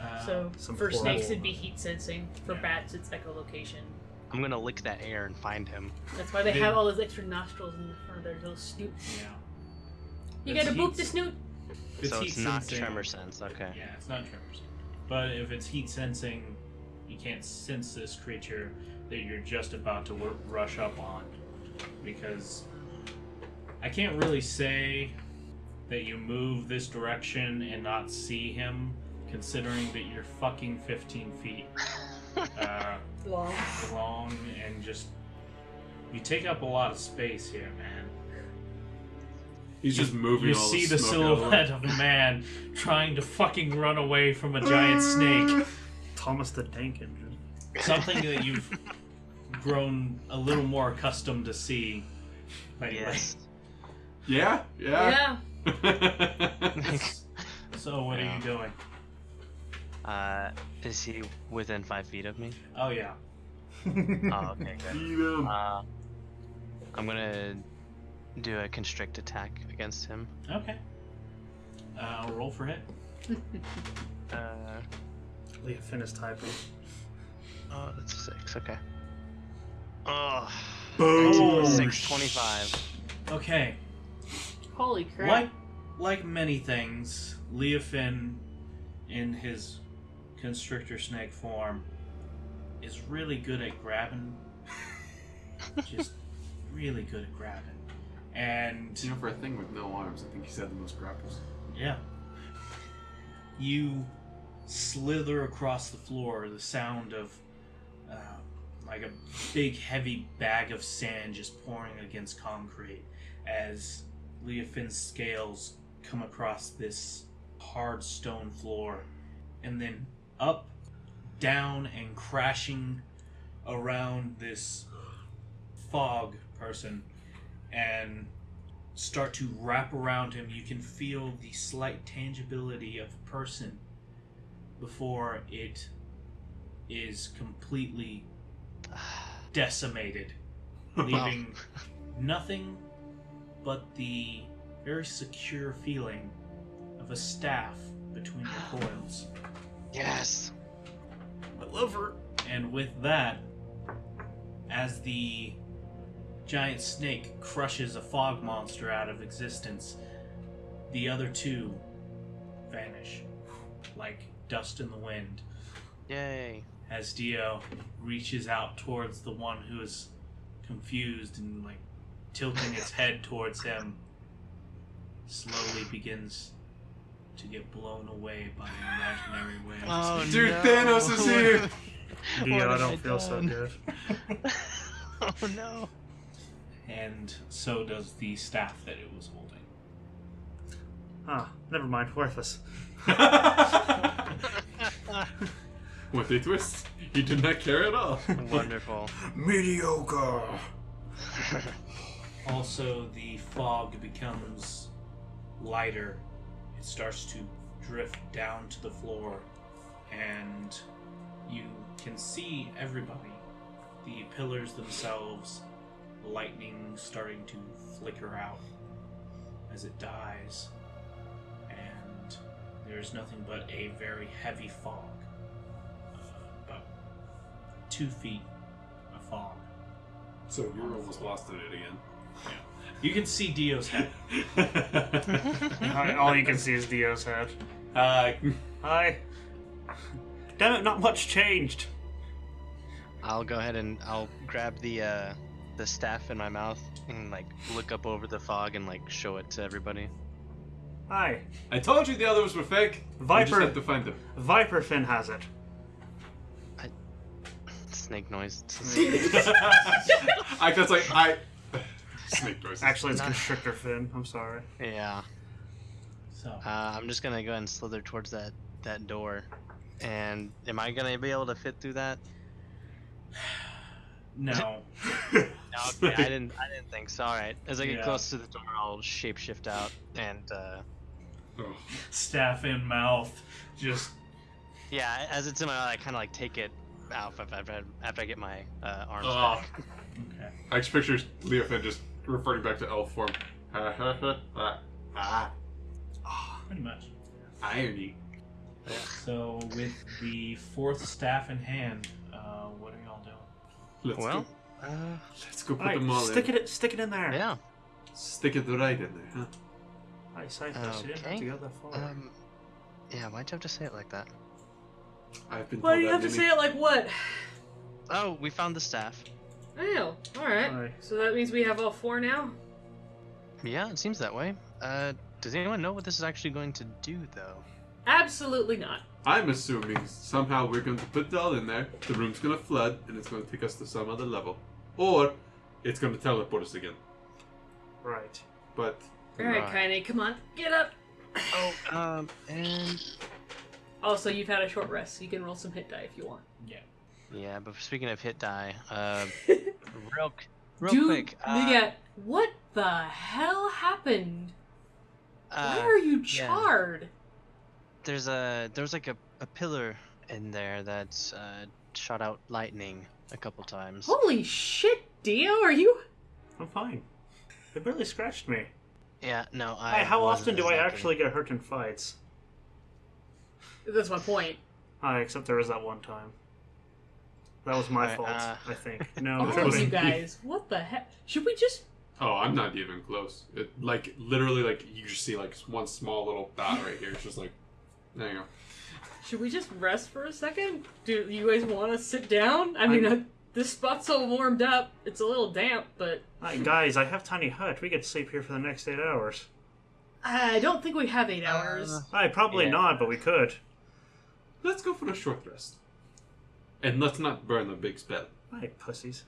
Uh, So Some for floral- snakes, it'd be heat sensing. For Yeah. bats, it's echolocation. I'm gonna lick that air and find him. That's why they They- have all those extra nostrils in the front of their little snoot. yeah. You It's gotta boop heat- the snoot. so heat it's not sensing. tremor sense. Okay. Yeah, it's not tremors. But if it's heat sensing, you can't sense this creature that you're just about to wor- rush up on. Because I can't really say that you move this direction and not see him, considering that you're fucking 15 feet uh, Long. long and just. You take up a lot of space here, man. He's just moving. You all see the, the smoke out of silhouette of a man trying to fucking run away from a giant snake. Thomas the Tank Engine. something that you've grown a little more accustomed to see lately. Yes. Yeah, yeah. Yeah. So what are Yeah. you doing? Uh, is he within five feet of me? Oh yeah. Oh, okay, good. Eat him. Uh, I'm gonna do a constrict attack against him. Okay. Uh, roll for hit. Uh, Leah Finn is typing. oh, that's six. Okay. Oh, Oh, Boom. six twenty-five. Okay. Holy crap. Like like many things, Leofin in his constrictor snake form is really good at grabbing. Just really good at grabbing. And You know, for a thing with no arms, I think he's had the most grapples. Yeah. You slither across the floor, the sound of uh, like a big, heavy bag of sand just pouring against concrete as Leofin's scales come across this hard stone floor, and then up, down, and crashing around this fog person, and start to wrap around him. You can feel the slight tangibility of a person before it is completely decimated, leaving nothing but the very secure feeling of a staff between your coils. Yes. I love her. And with that, as the giant snake crushes a fog monster out of existence, the other two vanish like dust in the wind Yay. as Dio reaches out towards the one who is confused and like tilting its head towards him, slowly begins to get blown away by an imaginary wave. Uh, Dude, Thanos is here! Dio, I don't feel so good. oh no. And so does the staff that it was holding. Ah, never mind. Worthless. What a twist! You do not care at all. Wonderful. Mediocre. Also, the fog becomes lighter. It starts to drift down to the floor, and you can see everybody. The pillars themselves, lightning starting to flicker out as it dies, and there is nothing but a very heavy fog. Uh, about two feet of fog. So you almost lost at it again. You can see Dio's head. Hi, All you can see is Dio's head. Uh, Hi. Damn it, not much changed. I'll go ahead and I'll grab the uh, the staff in my mouth and like look up over the fog and like show it to everybody. Hi. I told you the others were fake. We just Viper. have to find them. Viper Finn has it. Snake noise. I guess like I snake noises. Actually, it's Nah. Constrictor Finn. I'm sorry. yeah. so Uh, I'm just gonna go ahead and slither towards that that door. And am I gonna be able to fit through that? no, No, okay, I didn't. I didn't think so. All right. As I get Yeah. close to the door, I'll shapeshift out and uh, Oh. staff in mouth, just yeah. As it's in my, I kind of like take it out af- af- af- after I get my uh, arms Oh. back. okay. I just picture Leofin just referring back to elf form. Ha, ha, ha, ha. ah, Pretty much. irony. So with the fourth staff in hand, uh, what are y'all doing? Let's Well, go, uh, let's go put Alright, them all stick in. it, stick it in there. yeah. Stick it right in there, huh? I Cyphers, you didn't have Okay. to go that far. Um, yeah. Why'd you have to say it like that? I've been. Why do told you that have to say many- it like what? Oh, we found the staff. Oh, all right. Hi. So that means we have all four now. Yeah, it seems that way. Uh, does anyone know what this is actually going to do, though? Absolutely not. I'm assuming somehow we're going to put it all in there. The room's going to flood, and it's going to take us to some other level, or it's going to teleport us again. Right. But All right, Right. Kaine, come on, get up. Oh, um, and Also, you've had a short rest. You can roll some hit die if you want. Yeah. yeah. But speaking of hit die, uh, real, c- real Dude, quick. Uh, yeah. What the hell happened? uh, Why are you yeah. charred? there's a there was like a, a pillar in there that uh, shot out lightning a couple times. Holy shit, Dio, are you? I'm fine. It barely scratched me. Yeah, no. I Hey, how often wasn't do I exactly- actually get hurt in fights? That's my point. Hi, except there was that one time. That was my Alright, fault, uh, I think. No, All I'm of you tripping. guys, what the heck? Should we just? oh, I'm not even close. It like literally like you just see like one small little dot right here. It's just like there you go. Should we just rest for a second? Do you guys want to sit down? I mean, uh, this spot's so warmed up. It's a little damp, but Hi, guys, I have tiny hut. We could sleep here for the next eight hours. I don't think we have eight hours. Uh, Hi, probably Yeah. not, but we could. Let's go for a short rest, and let's not burn a big spell. Hi, pussies.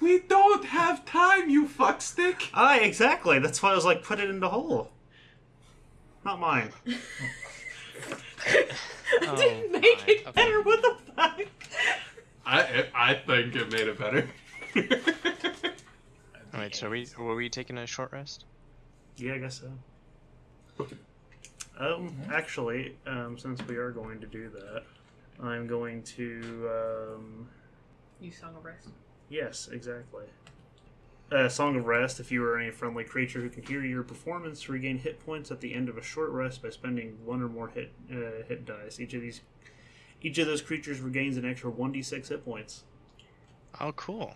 We don't have time, you fuckstick. Aye, exactly. That's why I was like, put it in the hole. Not mine. I didn't oh, make fine, it okay. better. What the fuck? I I think it made it better. All right, so we were we taking a short rest? Yeah, I guess so. Um, actually, um, since we are going to do that, I'm going to um, You sung a rest. Yes, exactly. Uh, Song of Rest. If you are any friendly creature who can hear your performance, regain hit points at the end of a short rest by spending one or more hit uh, hit dice. Each of these, each of those creatures regains an extra one d six hit points. Oh, cool.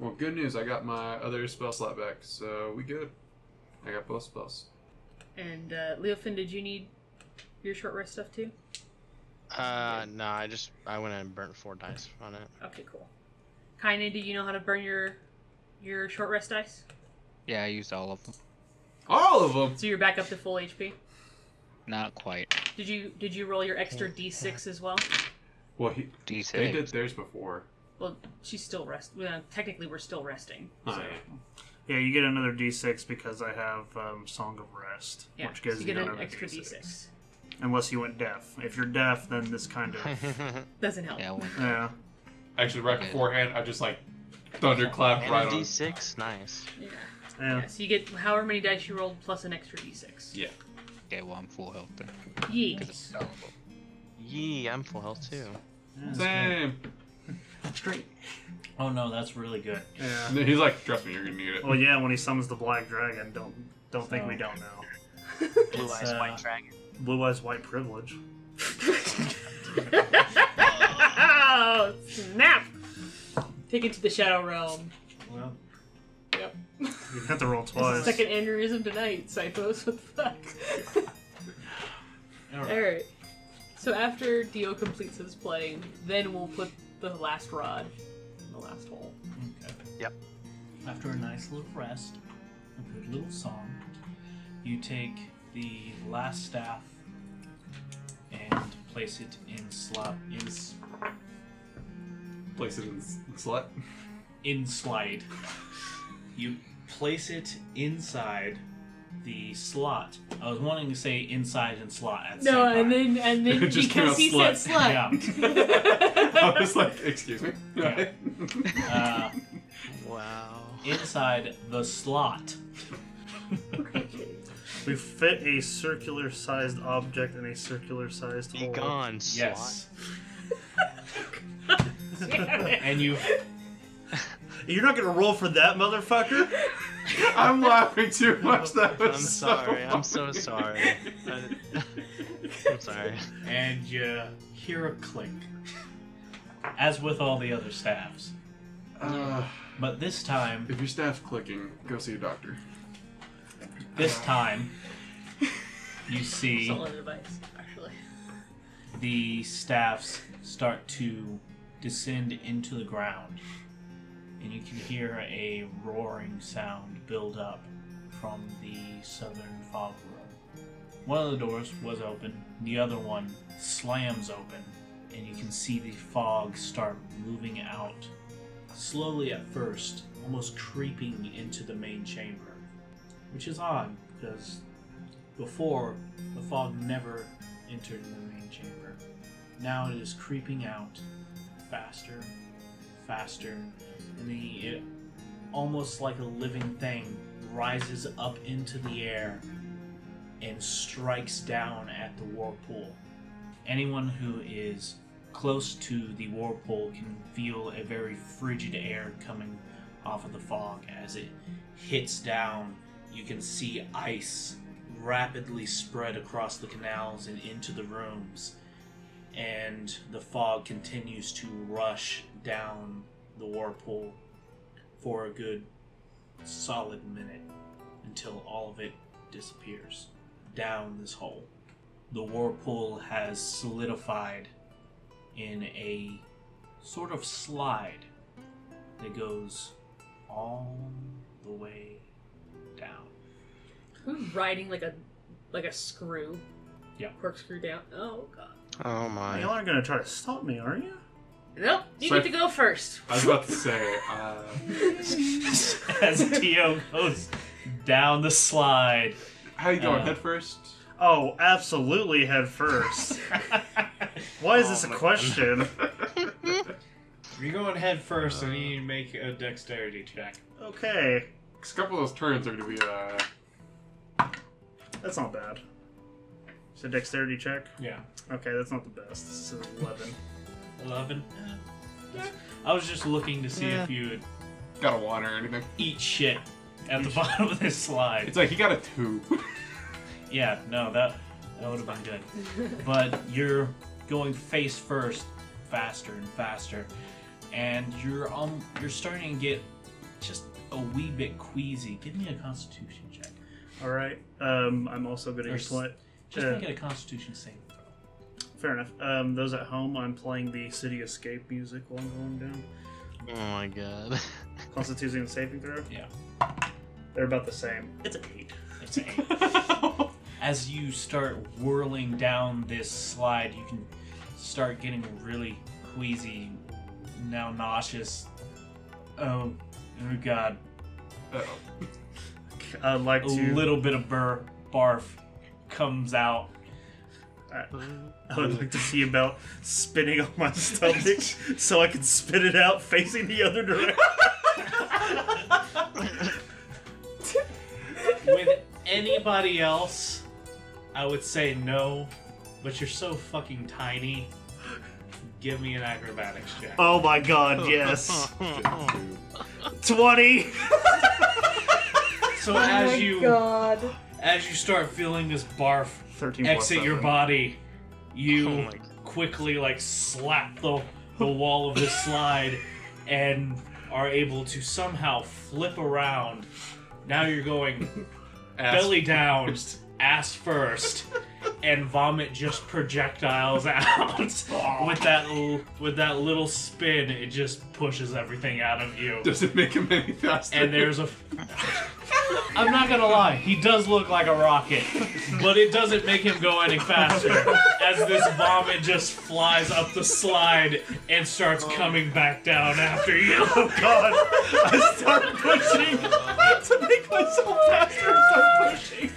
Well, good news. I got my other spell slot back, so we good. I got both spells. And uh, Leofin, did you need your short rest stuff too? Uh, no, I just I went and burnt four dice on it. Okay, cool. Kaina, do you know how to burn your your short rest dice? Yeah, I used all of them. All of them. So you're back up to full HP. Not quite. Did you did you roll your extra D6 as well? Well, he, D6. they did theirs before. Well, she's still rest. Well, technically, we're still resting. Oh, Yeah, you get another D6 because I have um, Song of Rest, Yeah, which so gives you get an another extra D6. D6. Unless you went deaf. If you're deaf, then this kind of Doesn't help. Yeah, I went yeah. Actually, right beforehand, I just like thunderclapped and a right on. D6, nice. Yeah. yeah. Yeah, so you get however many dice you rolled plus an extra D6. Yeah. Okay, well, I'm full health then. Yee. Because it's sellable. Yee, I'm full health too. Yeah, that's Same. great. Oh no, that's really good. Yeah. And then he's like, trust me, you're gonna need it. Well, yeah. When he summons the black dragon, don't don't think we So- don't know. Blue It's, eyes, uh, white dragon. Blue eyes, white privilege. oh, snap! Take it to the Shadow Realm. Well, You have to roll This twice. is second aneurysm tonight, Cyphos. What the fuck? all right. Alright. So after Dio completes his play, then we'll put the last rod in the last hole. Okay. Yep. After a nice little rest, a good little song, you take the last staff and place it in slot in s- Place it in s- slot. in slide. You place it inside the slot. I was wanting to say inside and slot at the No, same and time. then and It then just came because out he slut. said slut. I was like, excuse me. Yeah. uh, Wow. inside the slot. We fit a circular-sized object in a circular-sized Be hole. gone, Yes. Damn it. And you You're not gonna roll for that, motherfucker. I'm laughing too much. That was I'm sorry. I'm so funny. sorry. I- I'm sorry. and you hear a click, as with all the other staffs. Uh, But this time, if your staff's clicking, go see a doctor. this time, you see Solid advice, actually. the staffs start to descend into the ground, and you can hear a roaring sound build up from the southern fog room. One of the doors was open, the other one slams open, and you can see the fog start moving out slowly at first, almost creeping into the main chamber, which is odd because before the fog never entered the main chamber. Now it is creeping out faster, faster, and then it almost like a living thing rises up into the air and strikes down at the whirlpool. Anyone who is close to the whirlpool can feel a very frigid air coming off of the fog as it hits down. You can see ice rapidly spread across the canals and into the rooms, and the fog continues to rush down the whirlpool for a good solid minute until all of it disappears down this hole. The whirlpool has solidified in a sort of slide that goes all the way down. Who's riding like a like a screw? Yeah. Corkscrew down. Oh god. Oh my. Y'all aren't gonna try to stop me, are you? Nope, you So- get to go first. I was about to say, uh, as Tio goes down the slide. how you going? Uh, head first. Oh, absolutely head first. Why is Oh this a question? You're going head first, and you need to make a dexterity check. okay, Cause a couple of those turns are gonna be. Uh, that's not bad. So dexterity check. Yeah. Okay, that's not the best. This is an eleven. 11. I was just looking to see if you would got a one or anything. eat shit at the bottom of this slide. It's like he got a two. Yeah, no, that, that would have been good. But you're going face first, faster and faster, and you're um, you're starting to get just a wee bit queasy. Give me a Constitution check. All right. Um, I'm also going Or to s- play. Just Uh, make it a Constitution save throw. Fair enough. Um, those at home, I'm playing the city escape music while I'm going down. Oh my god. Constitution saving throw. Yeah. They're about the same. It's an eight. It's an eight. As you start whirling down this slide, you can start getting really queasy, now nauseous. Oh, oh god, I'd like a to. little bit of bur- barf comes out. I would like to see about spinning on my stomach so I can spit it out facing the other direction. With anybody else, I would say no, but you're so fucking tiny. Give me an acrobatics check. Oh my god, yes. Hmm. 20! so Oh my as you god. as you start feeling this barf 13 plus exit your seven. body, you Oh my God. quickly like slap the the wall of this slide and are able to somehow flip around. Now you're going Ass belly down, ass first, and vomit just projectiles out. with that l- with that little spin, it just pushes everything out of you. doesn't make him any faster. And there's a. I'm not gonna lie, he does look like a rocket, but it doesn't make him go any faster as this vomit just flies up the slide and starts coming back down after you. Oh god! I start pushing to make myself faster. I start pushing.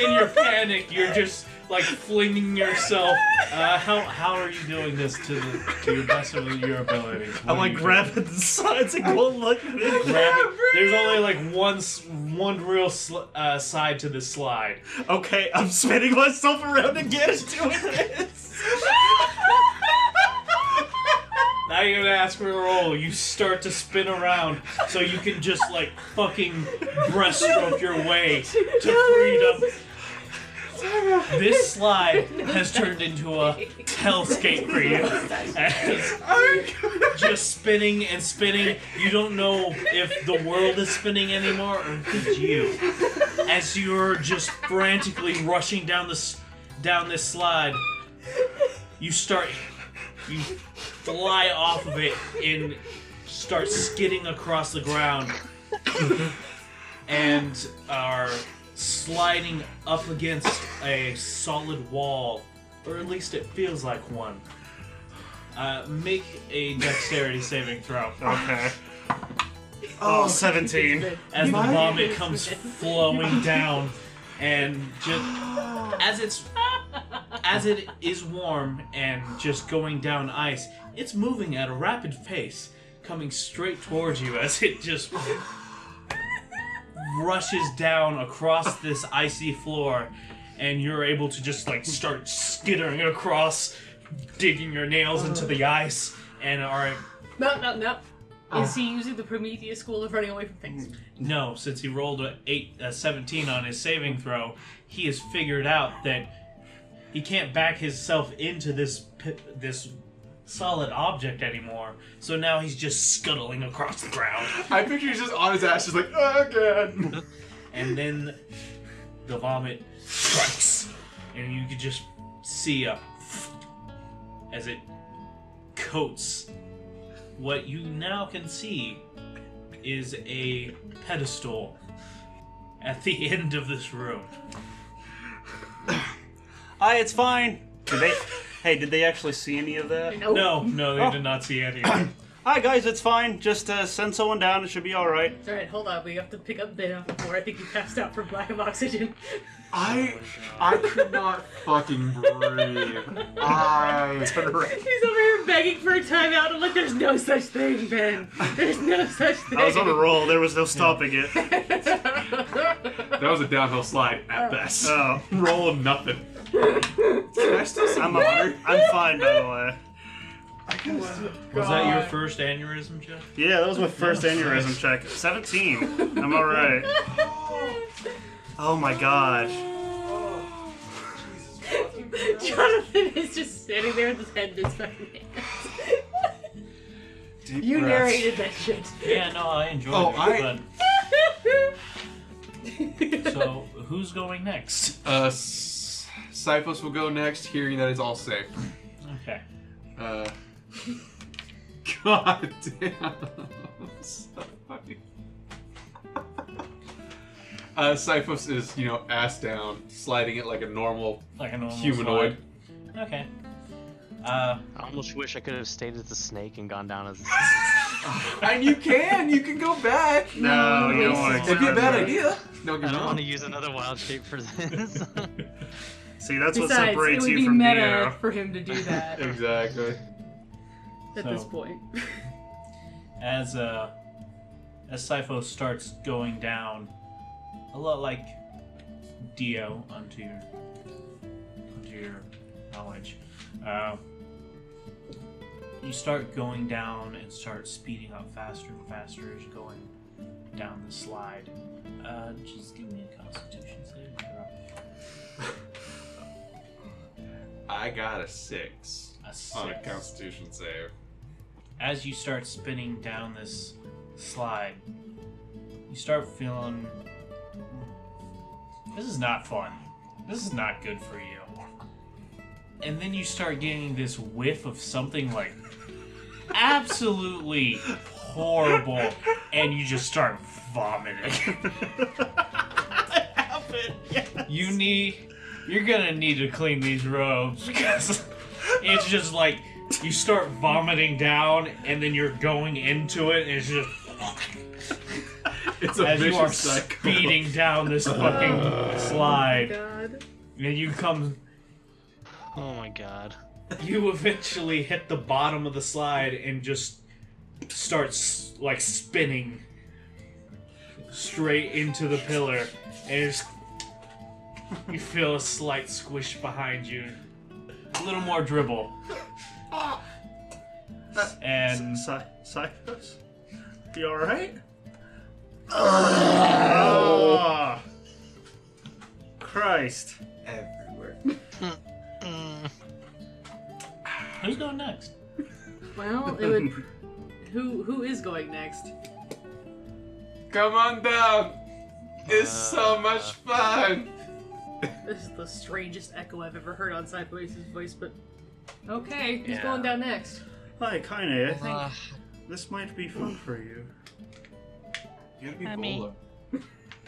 In your panic, you're just like flinging yourself. Uh, how how are you doing this to the to your best of your ability? What I'm are like you grabbing the sides and go look at doing? it. Grab it. There's only like one s- one real sl- uh, side to this slide. Okay, I'm spinning myself around again and doing this. Now you're gonna ask for a roll. You start to spin around so you can just like fucking breaststroke your way to freedom. This slide has turned into a hellscape for you. As just spinning and spinning. You don't know if the world is spinning anymore or if it's you. As you're just frantically rushing down this down this slide, you start you fly off of it and start skidding across the ground and are sliding up against a solid wall, or at least it feels like one. Uh, make a dexterity saving throw Okay. Oh, 17. as the vomit comes flowing down and just as it's as it is warm and just going down ice it's moving at a rapid pace coming straight towards you as it just rushes down across this icy floor and you're able to just like start skittering across digging your nails into the ice and are No, no, no. Is he using the Prometheus school of running away from things? No, since he rolled a, eight, a 17 on his saving throw, he has figured out that he can't back himself into this pi- this solid object anymore. So now he's just scuttling across the ground, I picture he's just on his ass, just like, oh god. and then the vomit strikes, and you could just see a as it coats what you now can see is a pedestal at the end of this room. Hi, it's fine. Did they? Hey, did they actually see any of that? No. No, no, they did not see any. of it. Hi guys, it's fine. Just uh, send someone down. It should be all right. All right, hold on. We have to pick up Ben off the floor. I think he passed out from lack of oxygen. I I could not fucking breathe. I He's over here begging for a timeout. I'm like, there's no such thing, Ben. There's no such thing. I was on a roll. There was no stopping it. that was a downhill slide at best. Oh, Roll of nothing. Can I still see I'm i I'm fine by the way. Was that your first aneurysm, Jeff? Yeah, that was my first aneurysm check. 17. I'm all right. Oh my god. Jonathan is just standing there with his head in his fucking hands. Deep You breaths. narrated that shit. Yeah, no, I enjoyed Oh, it. I- But, so who's going next? Uh, S- Siphos will go next, hearing that it's all safe. Okay. Uh, God damn. Sorry. uh, Siphos is, you know, ass down, sliding it like a normal Like a normal humanoid. slide. Okay. Uh, I almost wish I could have stayed as the snake and gone down as the and you can, you can go back. No, you don't want to. It'd be a bad idea. No, I you're don't not. want to use another wild shape for this. See, that's what Besides, it separates would you be from meta Neo. for him to do that at Exactly. this So- point. as uh, as Syphos starts going down, a lot like Dio onto your onto your knowledge, uh, you start going down and start speeding up faster and faster as you're going down the slide. Uh, just give me a Constitution saving throw. I got a six A on a six. Constitution save. as you start spinning down this slide, you start feeling this is not fun. This is not good for you. And then you start getting this whiff of something like absolutely horrible, and you just start vomiting. You need you're gonna need to clean these robes because it's just like you start vomiting down and then you're going into it and it's just It's a as you vicious are cycle. Oh speeding down this fucking slide God. and you come oh my god. you eventually hit the bottom of the slide and just starts like spinning straight into the pillar and it's, you feel a slight squish behind you a little more dribble and Cy- Cyphos? You alright? Ah. Christ. everywhere. who's going next Well, it would. Who who is going next? Come on down. It's so Uh, much fun. This is the strangest echo I've ever heard on Sideways' voice, but okay, who's Yeah. going down next? Hi, Kaine. I think Uh, this might be fun for you. You gotta be I mean- bolder.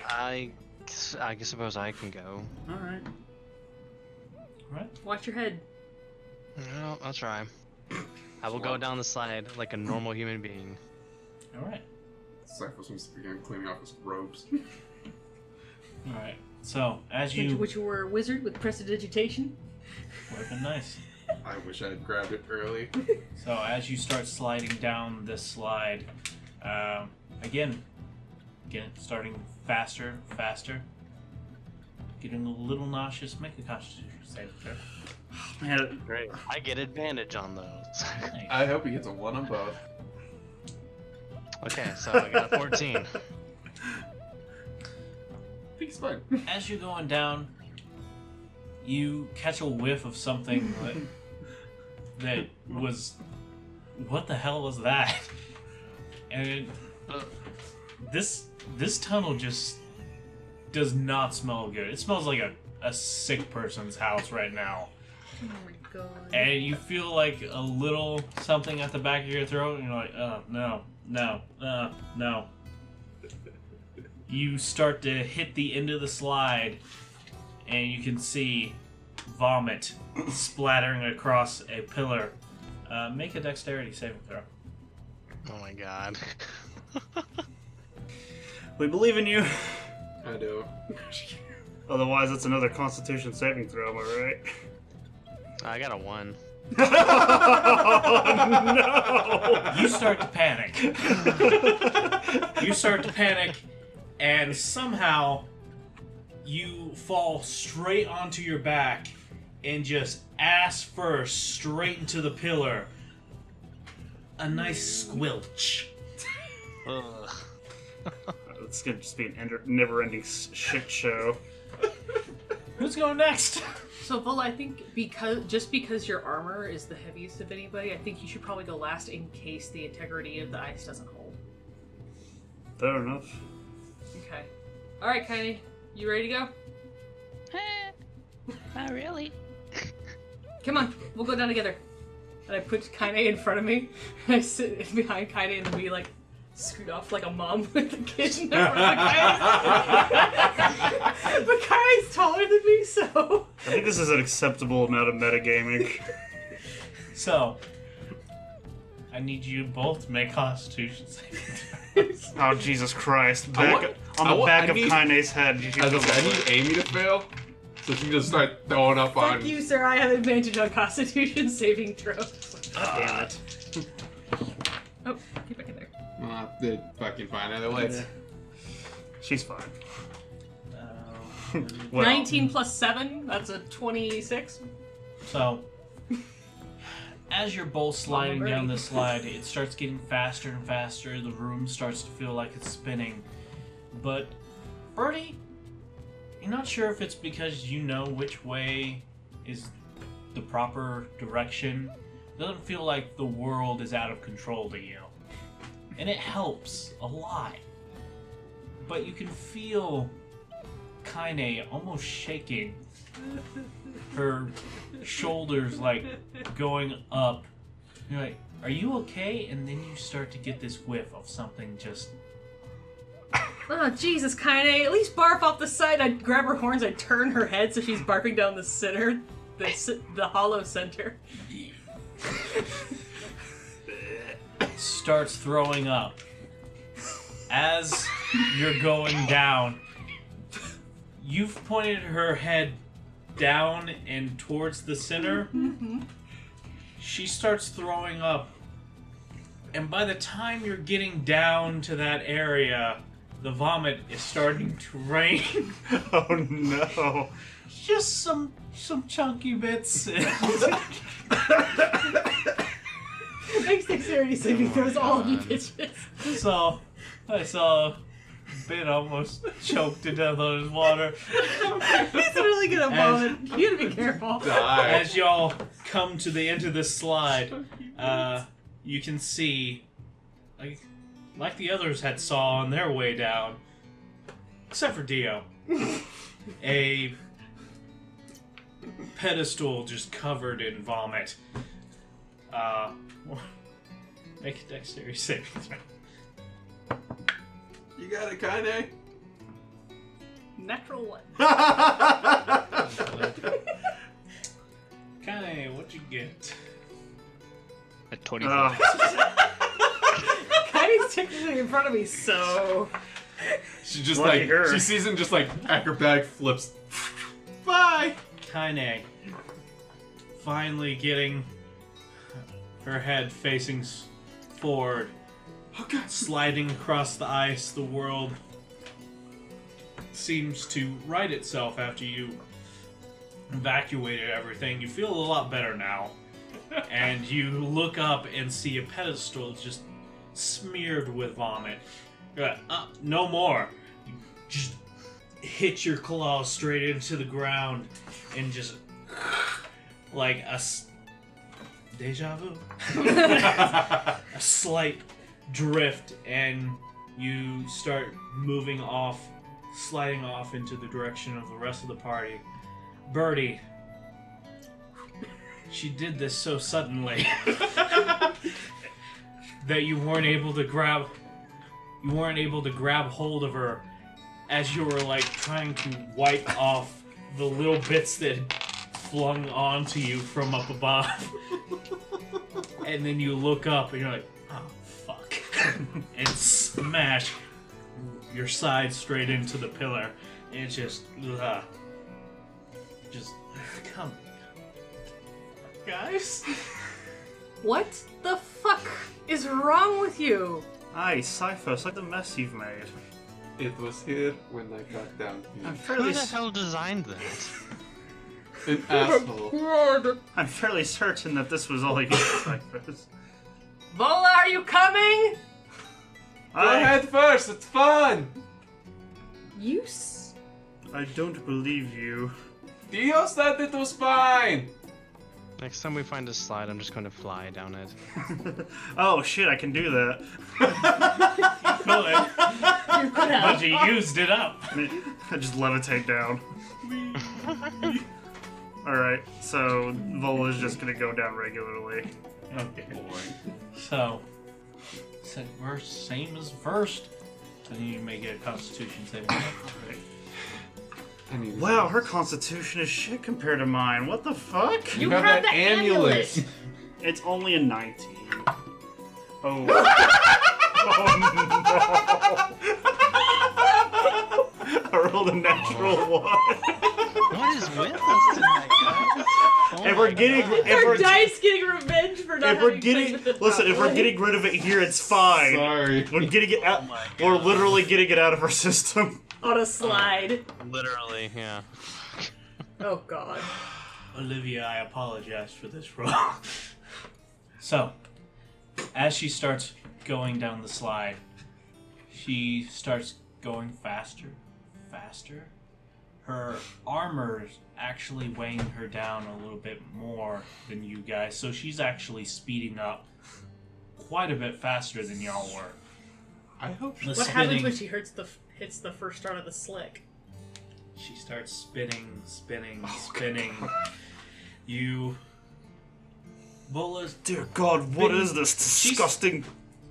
I, I guess suppose I can go. Alright. right Watch your head. No, I'll try. I will go down the slide like a normal human being. all right Cyphos needs to begin cleaning off his robes. all right so as Which, you which were a wizard with prestidigitation. would have been nice I wish I had grabbed it early. So as you start sliding down this slide, um, again, again, starting faster, faster, getting a little nauseous. Make a Constitution save. sir. Man, Great. I get advantage on those. I hope he gets a one on both. okay, so I got a 14. I think it's fine. As you're going down, you catch a whiff of something that, that was, what the hell was that? And it, this this tunnel just does not smell good. It smells like a, a sick person's house right now. Oh my god. and you feel like a little something at the back of your throat, and you're like, oh, no, no, uh, no. You start to hit the end of the slide, and you can see vomit splattering across a pillar. Uh, make a dexterity saving throw. Oh my god. we believe in you. I do. Otherwise, it's another Constitution saving throw, am I right? I got a 1. You start to panic. you start to panic, and somehow you fall straight onto your back and just ass first straight into the pillar. A nice squelch. Ugh. It's gonna just be an ender- never-ending s- shit show. Who's going next? So Vola, I think because just because your armor is the heaviest of anybody, I think you should probably go last in case the integrity of the ice doesn't hold. Fair enough. Okay. All right, Kenny, you ready to go? Eh, Not really. Come on, we'll go down together. And I put Kaine in front of me, and I sit behind Kaine, and we like scoot off like a mom with the kid in the front of Kaine's. but Kaine's taller than me, so. I think this is an acceptable amount of metagaming. So, I need you both to make Constitution saving throws. oh Jesus Christ! I Back, want- on I the want- back I of need- Kaine's head. you I, go- was like, I need Amy to fail, so she can just start throwing up on. Fuck you, sir. I have advantage on Constitution saving throws. Damn it! Oh, get back in there. Uh, they're fucking fine either way. She's fine. Uh, Well, 19 plus 7, that's a 26. So, as you're both sliding Lumber. down this slide, it starts getting faster and faster. The room starts to feel like it's spinning. But, Birdie, you're not sure if it's because you know which way is the proper direction. It doesn't feel like the world is out of control to you. And it helps a lot. But you can feel Kaine almost shaking her shoulders like going up. You're like, are you okay? And then you start to get this whiff of something just Oh, Jesus, Kaine. At least barf off the side. I'd grab her horns, I'd turn her head so she's barfing down the center, the, c- the hollow center. starts throwing up. As you're going down, you've pointed her head down and towards the center. She starts throwing up. And by the time you're getting down to that area, the vomit is starting to rain. Oh no! Just some some chunky bits. Makes dexterity saving throws, all of you bitches. So I saw Ben almost choked to death on his water. He's really gonna As- vomit. You gotta be careful. Die. As y'all come to the end of this slide, uh, you can see, like, like the others had saw on their way down, except for Dio, a pedestal just covered in vomit. Uh, make a dexterity saving throw. You got it, Kanye. Natural one. Kai, what'd you get? At 24. Oh, Kaine's technically in front of me, so. she just Lucky like her. she sees him just like acrobatic flips. Bye. Kaine finally getting her head facing s- forward, Oh, sliding across the ice. The world seems to right itself after you evacuated everything. You feel a lot better now. and you look up and see a pedestal just smeared with vomit. You're like, uh, no more. You just hit your claw straight into the ground and just like a s- deja vu, a slight drift, and you start moving off, sliding off into the direction of the rest of the party. Birdie, she did this so suddenly that you weren't able to grab, you weren't able to grab hold of her as you were like trying to wipe off the little bits that flung onto you from up above. and then you look up and you're like, oh fuck. and smash your side straight into the pillar. And it's just ugh. just come. Guys? What the fuck is wrong with you? Aye, Cypher, like the mess you've made. It was here when I got down here. I'm Who fairly, the s- hell designed that? An asshole. I'm fairly certain that this was all you, Cypher. Vola, are you coming? Go I, ahead first. It's fun. You. S- I don't believe you. Dios date tu spine! Next time we find a slide, I'm just going to fly down it. oh shit, I can do that. Cool. Put But up. you used it up. I just levitate down. Alright, so Vola's just gonna go down regularly. Okay. So, so verse same as first. I need to make it a Constitution saving. throw. I mean, Wow, her constitution is shit compared to mine. What the fuck? You have, the amulet. It's only a 19. Oh. oh no. I rolled a natural one. What is with us tonight, guys? Oh And we're my getting God. if Our we're, dice getting revenge for not if we're having getting played with the listen, if we're goblin. getting rid of it here, it's fine. Sorry. We're getting it out. we're literally getting it out of our system. on a slide. Uh, Literally, yeah. Oh god. Olivia, I apologize for this roll. so, as she starts going down the slide, she starts going faster, faster. Her armor's actually weighing her down a little bit more than you guys, so she's actually speeding up quite a bit faster than y'all were. I hope The What happens when spinning- she hurts the f- hits the first start of the slick? She starts spinning, spinning, Oh, spinning. You. Vola's Dear God, what Been- is this disgusting?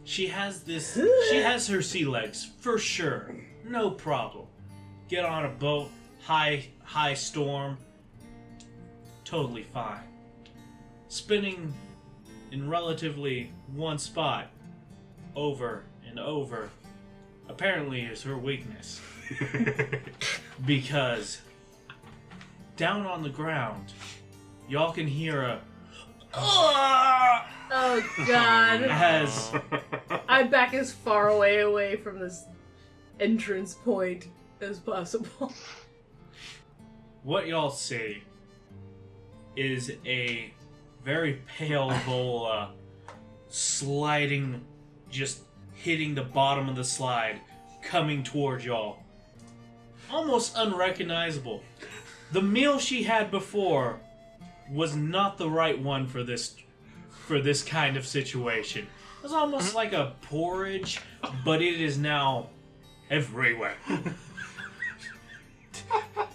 She has this. She has her sea legs for sure, no problem. Get on a boat, high high storm, totally fine. Spinning in relatively one spot, over and over, apparently is her weakness. because down on the ground, y'all can hear a Oh god. as I'm back as far away away from this entrance point as possible. what y'all see is a very pale bola sliding, just hitting the bottom of the slide, coming towards y'all. Almost unrecognizable. The meal she had before was not the right one for this for this kind of situation. It was almost like a porridge, but it is now everywhere.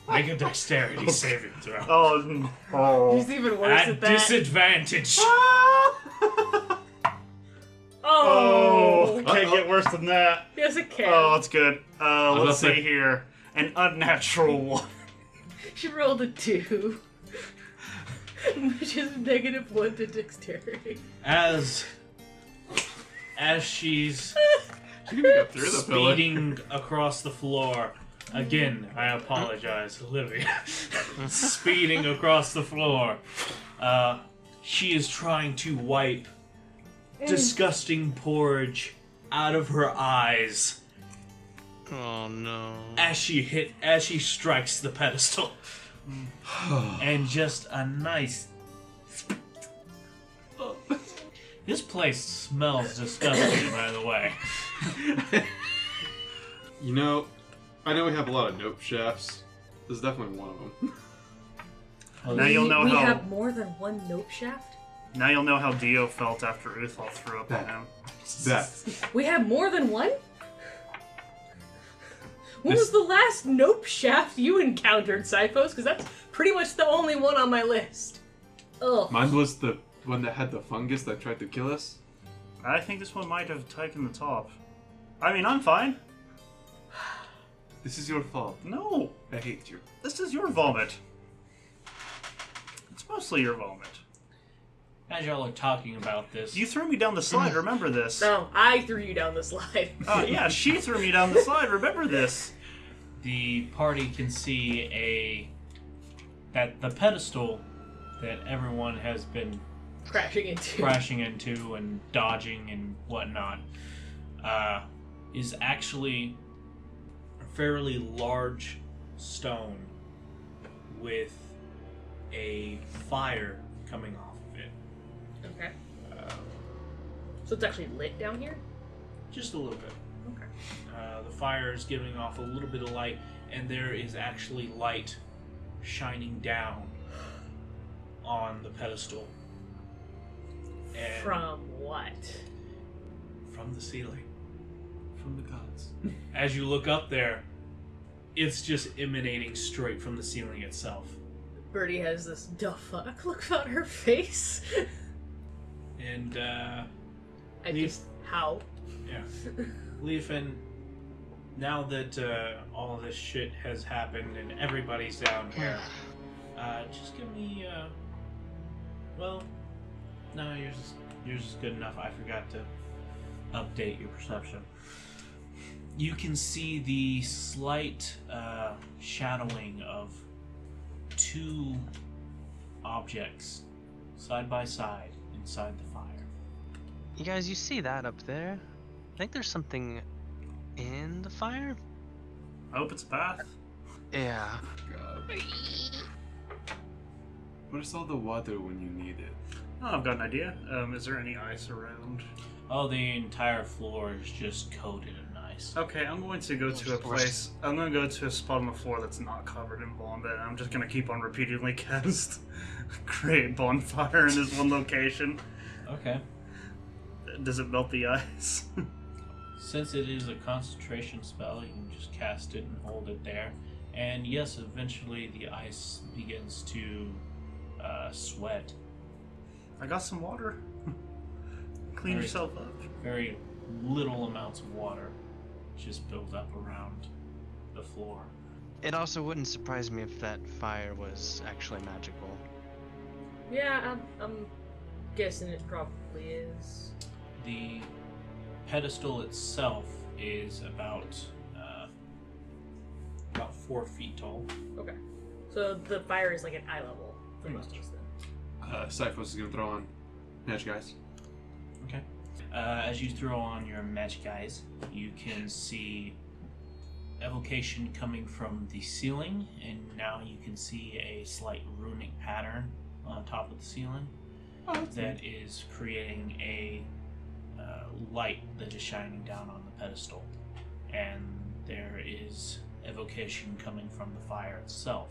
Make a dexterity saving throw. Oh, n- oh. It's even worse At at that. disadvantage. oh. Oh, can't get worse than that. Yes, it can. Oh, that's good. Uh, about let's to see say- here. An unnatural one. She rolled a two, which is negative one to dexterity. As as she's You can go through the pillar. speeding across the floor. Again, I apologize, Olivia. speeding across the floor. Uh, she is trying to wipe disgusting porridge out of her eyes Oh no. as she hit as she strikes the pedestal. and just a nice This place smells disgusting, by the way. You know, I know we have a lot of nope shafts. This is definitely one of them. Now you'll know we how. have more than one nope shaft. Now you'll know how Dio felt after Uthal threw up on him. that. We have more than one. When This- was the last nope shaft you encountered, Siphos? Because that's pretty much the only one on my list. Ugh. Mine was the one that had the fungus that tried to kill us. I think this one might have taken the top. I mean, I'm fine. This is your fault. No, I hate you. this is your vomit. It's mostly your vomit. As y'all are talking about this, You threw me down the slide. Remember this? no, I threw you down the slide. Uh, yeah, she threw me down the slide. Remember this? the party can see a that the pedestal that everyone has been Crashing into. crashing into and dodging and whatnot uh, is actually a fairly large stone with a fire coming off of it. Okay. Uh, So it's actually lit down here. Just a little bit. Okay. Uh, the fire is giving off a little bit of light, and there is actually light shining down on the pedestal. And From what? from the ceiling, from the gods. As you look up there, it's just emanating straight from the ceiling itself. Birdie has this duh fuck look on her face. And uh, I Leave. just how? yeah, Leafin. Now that uh, all this shit has happened and everybody's down here, uh, just give me. Uh, well, no, yours is, yours is good enough. I forgot to update your perception. You can see the slight uh, shadowing of two objects side by side inside the fire. You guys, you see that up there? I think there's something in the fire. I hope it's a path. Yeah. God. Where's all the water when you need it? Oh, I've got an idea. Um, is there any ice around? Oh, the entire floor is just coated in ice. Okay, I'm going to go to a place. I'm going to go to a spot on the floor that's not covered in vomit. and I'm just going to keep on repeatedly cast create bonfire in this one location. Okay. Does it melt the ice? Since it is a concentration spell, you can just cast it and hold it there. And yes, eventually the ice begins to uh, sweat. I got some water. Clean Alright. yourself up. Very little amounts of water just build up around the floor. It also wouldn't surprise me if that fire was actually magical. Yeah, I'm, I'm guessing it probably is. The pedestal itself is about uh, about four feet tall. So the fire is like an eye level for most of us then. Uh, Siphos is gonna throw on Magic Eyes. Okay. Uh, as you throw on your magic eyes, you can see evocation coming from the ceiling, and now you can see a slight runic pattern on top of the ceiling that is creating a uh, light that is shining down on the pedestal. And there is evocation coming from the fire itself.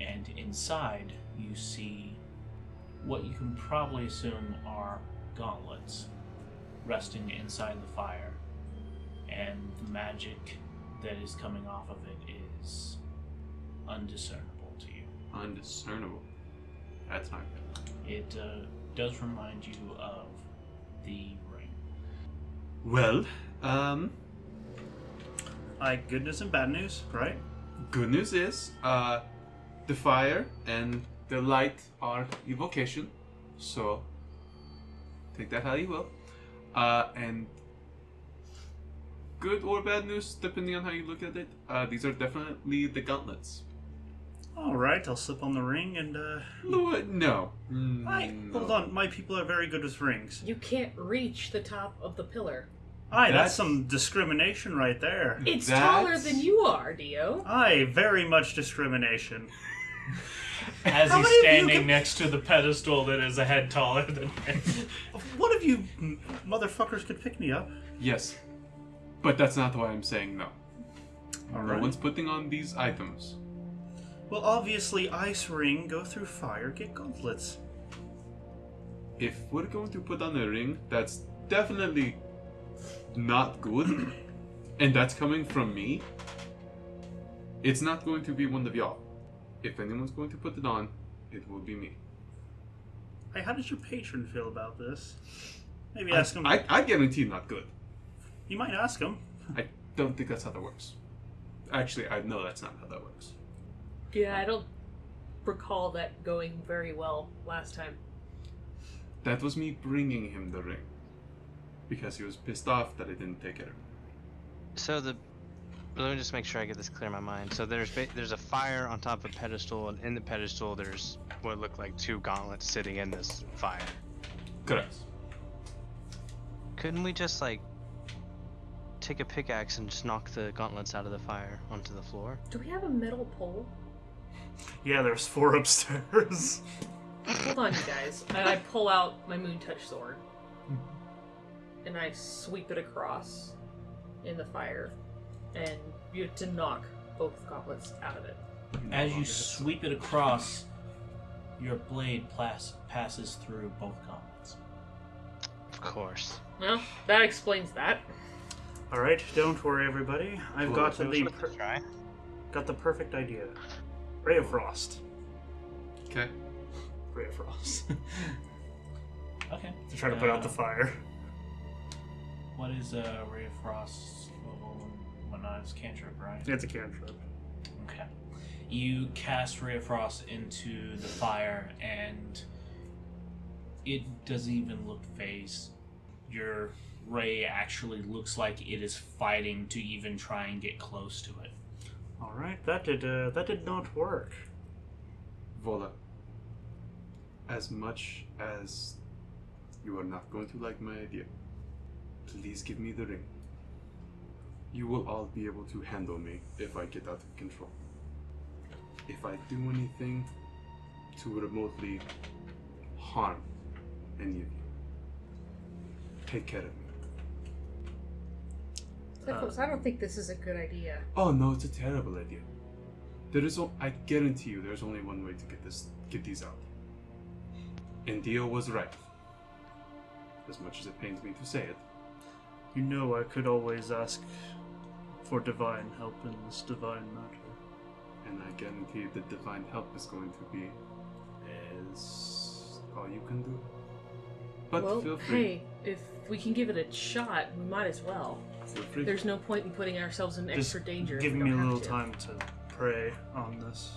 And inside, you see what you can probably assume are gauntlets resting inside the fire, and the magic that is coming off of it is undiscernible to you. Undiscernible. That's not good. It uh, does remind you of the ring. Well, um, I good news and bad news, right? good news is, uh, the fire and the light are evocation, so take that how you will. Uh, and good or bad news, depending on how you look at it, uh, these are definitely the gauntlets. All right, I'll slip on the ring and uh, No, no. Mm, I No. hold on. My people are very good with rings. You can't reach the top of the pillar. Aye, that's That's- some discrimination right there. It's That's- taller than you are, Dio. Aye, very much discrimination. As How he's many of you standing can- next to the pedestal that is a head taller than him. What if you m- motherfuckers could pick me up? Yes, but that's not why I'm saying no. All No right. one's putting on these items. Well, obviously, ice ring, go through fire, get gauntlets. If we're going to put on a ring, that's definitely not good, and that's coming from me. It's not going to be one of y'all. If anyone's going to put it on, it will be me. Hey, how does your patron feel about this? Maybe ask him. I, I guarantee not good. You might ask him. I don't think that's how that works. Actually, I know that's not how that works. Yeah, I don't recall that going very well last time. That was me bringing him the ring. Because he was pissed off that I didn't take it. So the let me just make sure I get this clear in my mind. So there's ba- there's a fire on top of a pedestal, and in the pedestal there's what look like two gauntlets sitting in this fire. Correct. Couldn't we just like take a pickaxe and just knock the gauntlets out of the fire onto the floor? Do we have a metal pole? Yeah, there's four upstairs. Hold on, you guys. And I pull out my moon touch sword. And I sweep it across in the fire. And you have to knock both goblets out of it. As you sweep it across, your blade plas- passes through both goblins. Of course. Well, that explains that. All right, don't worry, everybody. I've got Cool. the per- Try. got the perfect idea. Ray of frost. Okay. Ray of frost. Okay. to try to put out the Uh, fire. What is uh, Ray of Frost's level and whatnot? It's cantrip, right? It's a cantrip. Okay. You cast Ray of Frost into the fire, and it doesn't even look phased. Your ray actually looks like it is fighting to even try and get close to it. All right, that did uh, that did not work. Vola, as much as you are not going to like my idea, please give me the ring. You will all be able to handle me if I get out of control. If I do anything to remotely harm any of you, take care of me. Cyphos, I don't think this is a good idea. Oh no, it's a terrible idea. There is, o- I guarantee you, there's only one way to get this, get these out. And Dio was right. As much as it pains me to say it, You know I could always ask for divine help in this divine matter. and I guarantee the divine help is going to be as all you can do. But well, feel free, hey, if we can give it a shot, we might as well. feel free. There's no point in putting ourselves in Just extra danger. if Give we me a don't have little to. time to pray on this.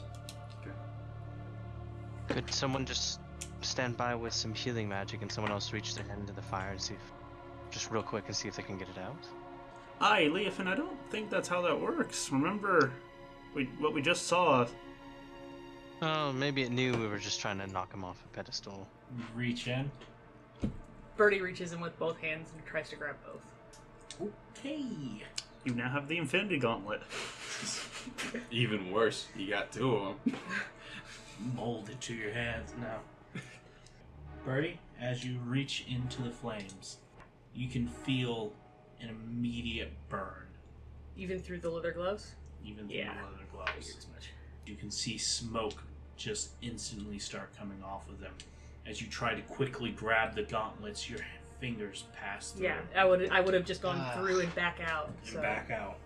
Could someone just stand by with some healing magic and someone else reach their hand into the fire and see if, just real quick and see if they can get it out? Aye, Leofin, I don't think that's how that works. Remember, we, what we just saw. Oh, maybe it knew we were just trying to knock him off a pedestal. Reach in. Birdie reaches in with both hands and tries to grab both. Okay. You now have the Infinity Gauntlet. Even worse, you got two of them. Mold it to your hands now. Birdie, as you reach into the flames, you can feel an immediate burn, Even through the leather gloves? even through Yeah. the leather gloves. You can see smoke just instantly start coming off of them. As you try to quickly grab the gauntlets, your fingers pass through Yeah, I would I would have just gone Ah. through and back out. and So. back out.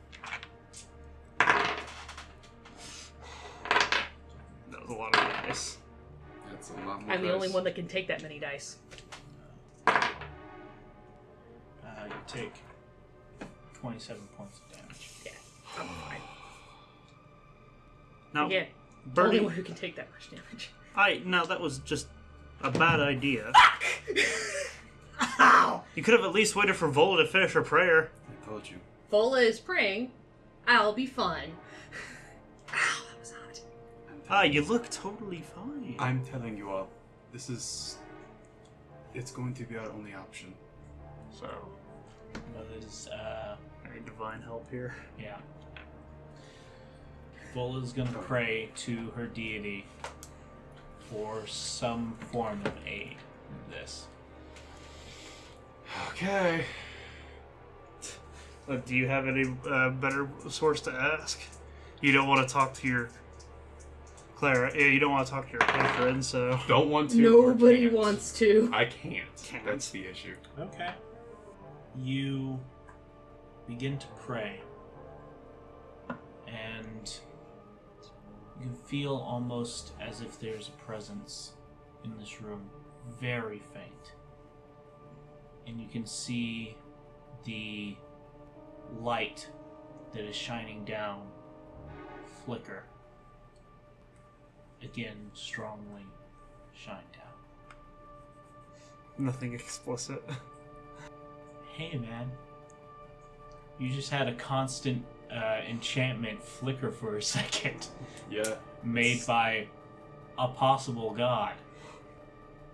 That was a lot of dice. That's a lot more. I'm the only dice. one that can take that many dice. Uh, you take 27 points of damage. Now, Again, Birdie, only one who can take that much damage. I now that was just a bad idea. You could have at least waited for Vola to finish her prayer. I told you. Vola is praying. I'll be fine. Ow, that was hot. I'm Ah, telling you look totally fine. I'm telling you all, this is. It's going to be our only option. So, Well, there's, uh, I need divine help here. yeah. Vola's gonna pray to her deity for some form of aid in this. Okay. Uh, do you have any uh, better source to ask? You don't want to talk to your Clara. Yeah, you don't want to talk to your patron, so Don't want to. or Nobody can't. wants to. I can't. Can't. That's the issue. Okay. You begin to pray, and you feel almost as if there's a presence in this room, very faint. And you can see the light that is shining down flicker. Again, strongly shine down. nothing explicit. Hey, man. You just had a constant uh, enchantment flicker for a second, Yeah. made by a possible god.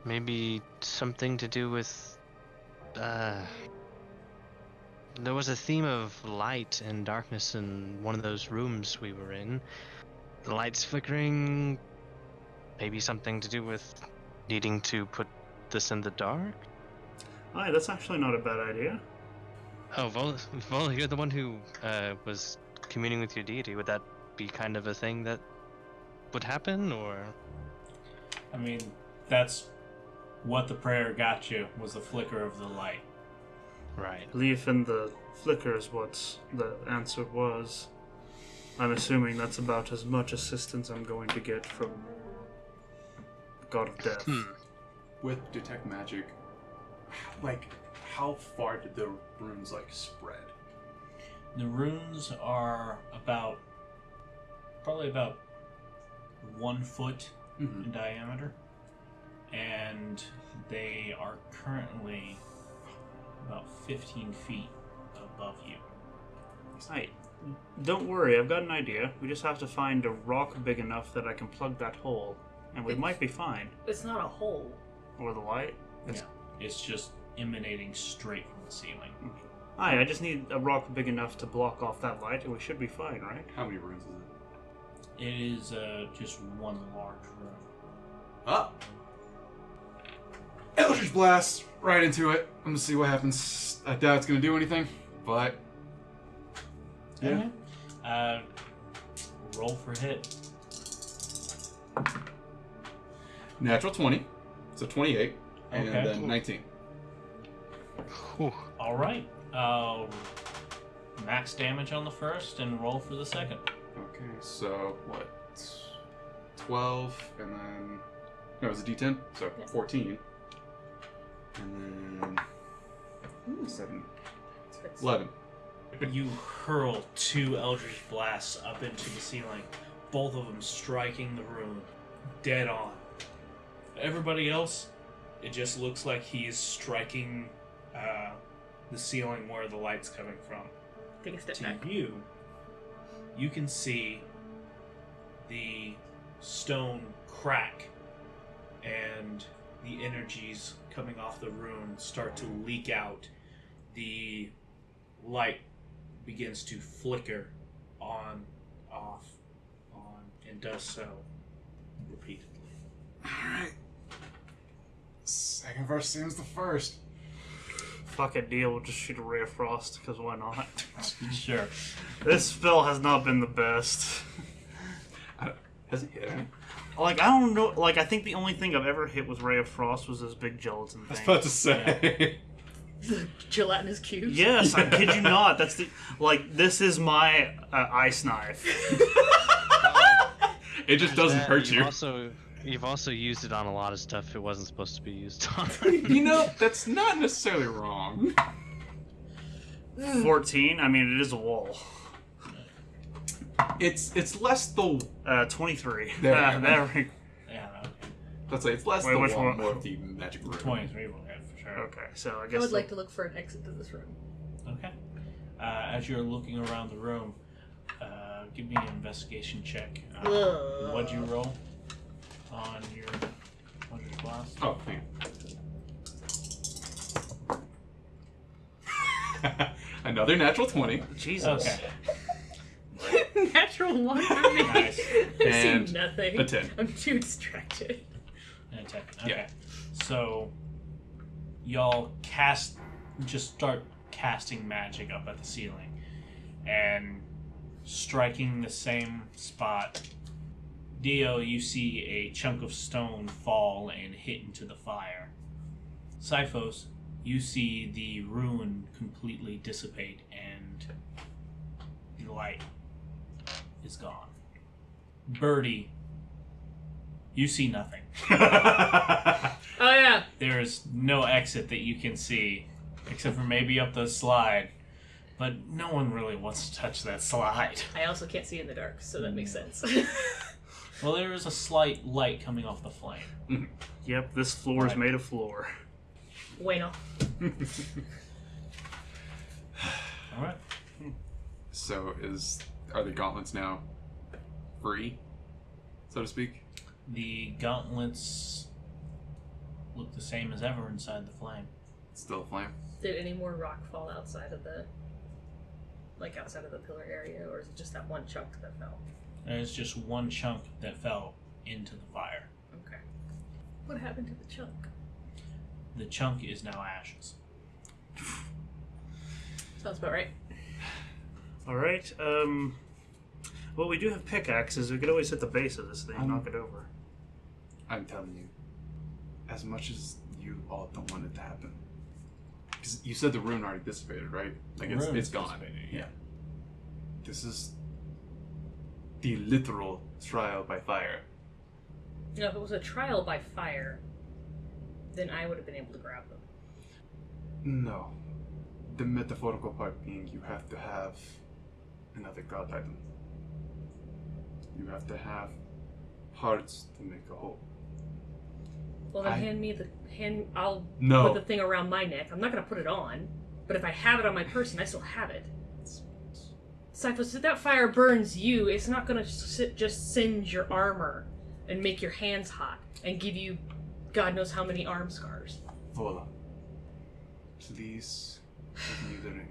Maybe something to do with. Uh, there was a theme of light and darkness in one of those rooms we were in. The lights flickering. Maybe something to do with needing to put this in the dark? Aye, that's actually not a bad idea. Oh, Vol, Vol you're the one who uh, was communing with your deity. Would that be kind of a thing that would happen, or I mean, that's what the prayer got you was the flicker of the light. right? Belief in the flicker is what the answer was. I'm assuming that's about as much assistance I'm going to get from the God of Death. With detect magic, like how far did the runes like spread? The runes are about probably about one foot Mm-hmm. in diameter, and they are currently about 15 feet above you. Hey, don't worry, I've got an idea. We just have to find a rock big enough that I can plug that hole, and we might be fine. It's not a hole. Or the light. It's- It's just emanating straight from the ceiling. Aye, I just need a rock big enough to block off that light, and we should be fine, right? How many runes is it? It is uh, just one large room. Ah! Eldritch Blast! Right into it. I'm gonna see what happens. I doubt it's gonna do anything, but. Yeah. Uh, roll for hit. Natural 20. So 28. And Okay. then 19. Whew. All right. Uh, max damage on the first, and roll for the second. Okay, so what? 12, and then. No, it was a d10, so 14. And then. Ooh, 7. 11. You hurl two Eldritch blasts up into the ceiling, both of them striking the room dead on. Everybody else, it just looks like he is striking uh, the ceiling where the light's coming from. Take a step to back. you, you can see the stone crack and the energies coming off the rune start to leak out. The light begins to flicker on, off, on, and does so repeatedly. Alright. Second verse seems the first. Fuck a deal, we'll just shoot a ray of frost, because why not? Sure. this spell has not been the best. Has it hit him? Like, I don't know, like, I think the only thing I've ever hit with Ray of Frost was this big gelatin I was thing. about to say. Gelatinous cubes. Yes, I kid you not. That's the like. This is my uh, ice knife. It just doesn't That- hurt you've you. Also, you've also used it on a lot of stuff it wasn't supposed to be used on. you know, that's not necessarily wrong. Fourteen. I mean, it is a wall. It's it's less the Uh, Twenty-three. There we Uh, go. there we- Yeah, no, let's say it's less Wait, the which one, one? more of the magic room. 23 will hit for sure. Okay, so I I guess. would like to look for an exit to this room. Oh. Okay. Uh, as you're looking around the room, uh, give me an investigation check. Uh, Ugh. what'd you roll on your on your blast? Oh, hang on. Another natural twenty. Jesus. Okay. Natural one for me. Nice. I And see nothing. a 10. I'm too distracted. And a ten. Okay. Yeah. So y'all cast just start casting magic up at the ceiling and striking the same spot. Dio, you see a chunk of stone fall and hit into the fire. Siphos, you see the ruin completely dissipate and the light is gone. Birdie, you see nothing. Oh yeah. There is no exit that you can see, except for maybe up the slide. But no one really wants to touch that slide. I also can't see in the dark, so that makes sense. Well, there is a slight light coming off the flame. Yep. This floor is Right. made of floor. bueno. All right. so is are the gauntlets now free, so to speak? The gauntlets look the same as ever inside the flame. Still a flame. Did any more rock fall outside of the, like outside of the pillar area, or is it just that one chunk that fell? There's just one chunk that fell into the fire. Okay. What happened to the chunk? The chunk is now ashes. Sounds about right. All right. Um, Well, we do have pickaxes. We could always hit the base of this thing and Um, knock it over. I'm telling you, as much as you all don't want it to happen, because you said the rune already dissipated, right? Like it's, Rune's it's gone. dissipated, Yeah. This is the literal trial by fire. You know, if it was a trial by fire, then I would have been able to grab them. No, the metaphorical part being you have to have another god item. You have to have parts to make a whole. Well, then I- hand me the hand. I'll No. put the thing around my neck. I'm not gonna put it on, but if I have it on my person, I still have it. Siphos, if that fire burns you, it's not gonna s- just singe your armor and make your hands hot and give you, God knows how many arm scars. Vola, please give me the ring.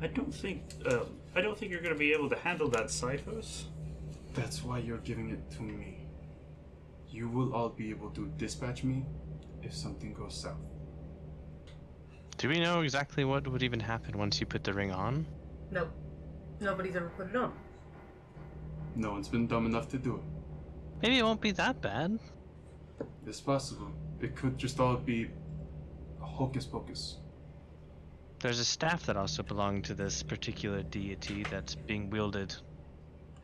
I don't think um, I don't think you're going to be able to handle that, Cyphos. That's why you're giving it to me. You will all be able to dispatch me if something goes south. Do we know exactly what would even happen once you put the ring on? Nope, nobody's ever put it on. No one's been dumb enough to do it. Maybe it won't be that bad. It's possible. It could just all be a hocus pocus. There's a staff that also belonged to this particular deity that's being wielded,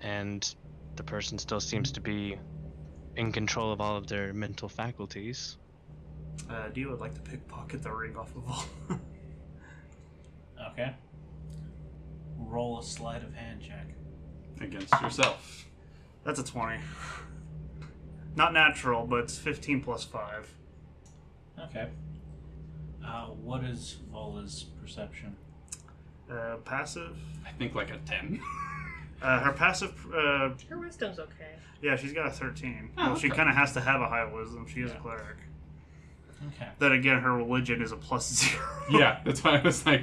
and the person still seems to be in control of all of their mental faculties. Uh, Dio would like to pickpocket the ring off of all. Okay. Roll a sleight of hand check. Against yourself. That's a 20. Not natural, but it's 15 plus 5. Okay. Uh, what is Vola's perception? Uh, passive? I think like a 10. Uh, her passive, uh, Her wisdom's okay. yeah, she's got a 13. Oh, well, she okay. kind of has to have a high wisdom. She is a cleric. Okay. Then again, her religion is a plus zero. yeah, that's why I was like,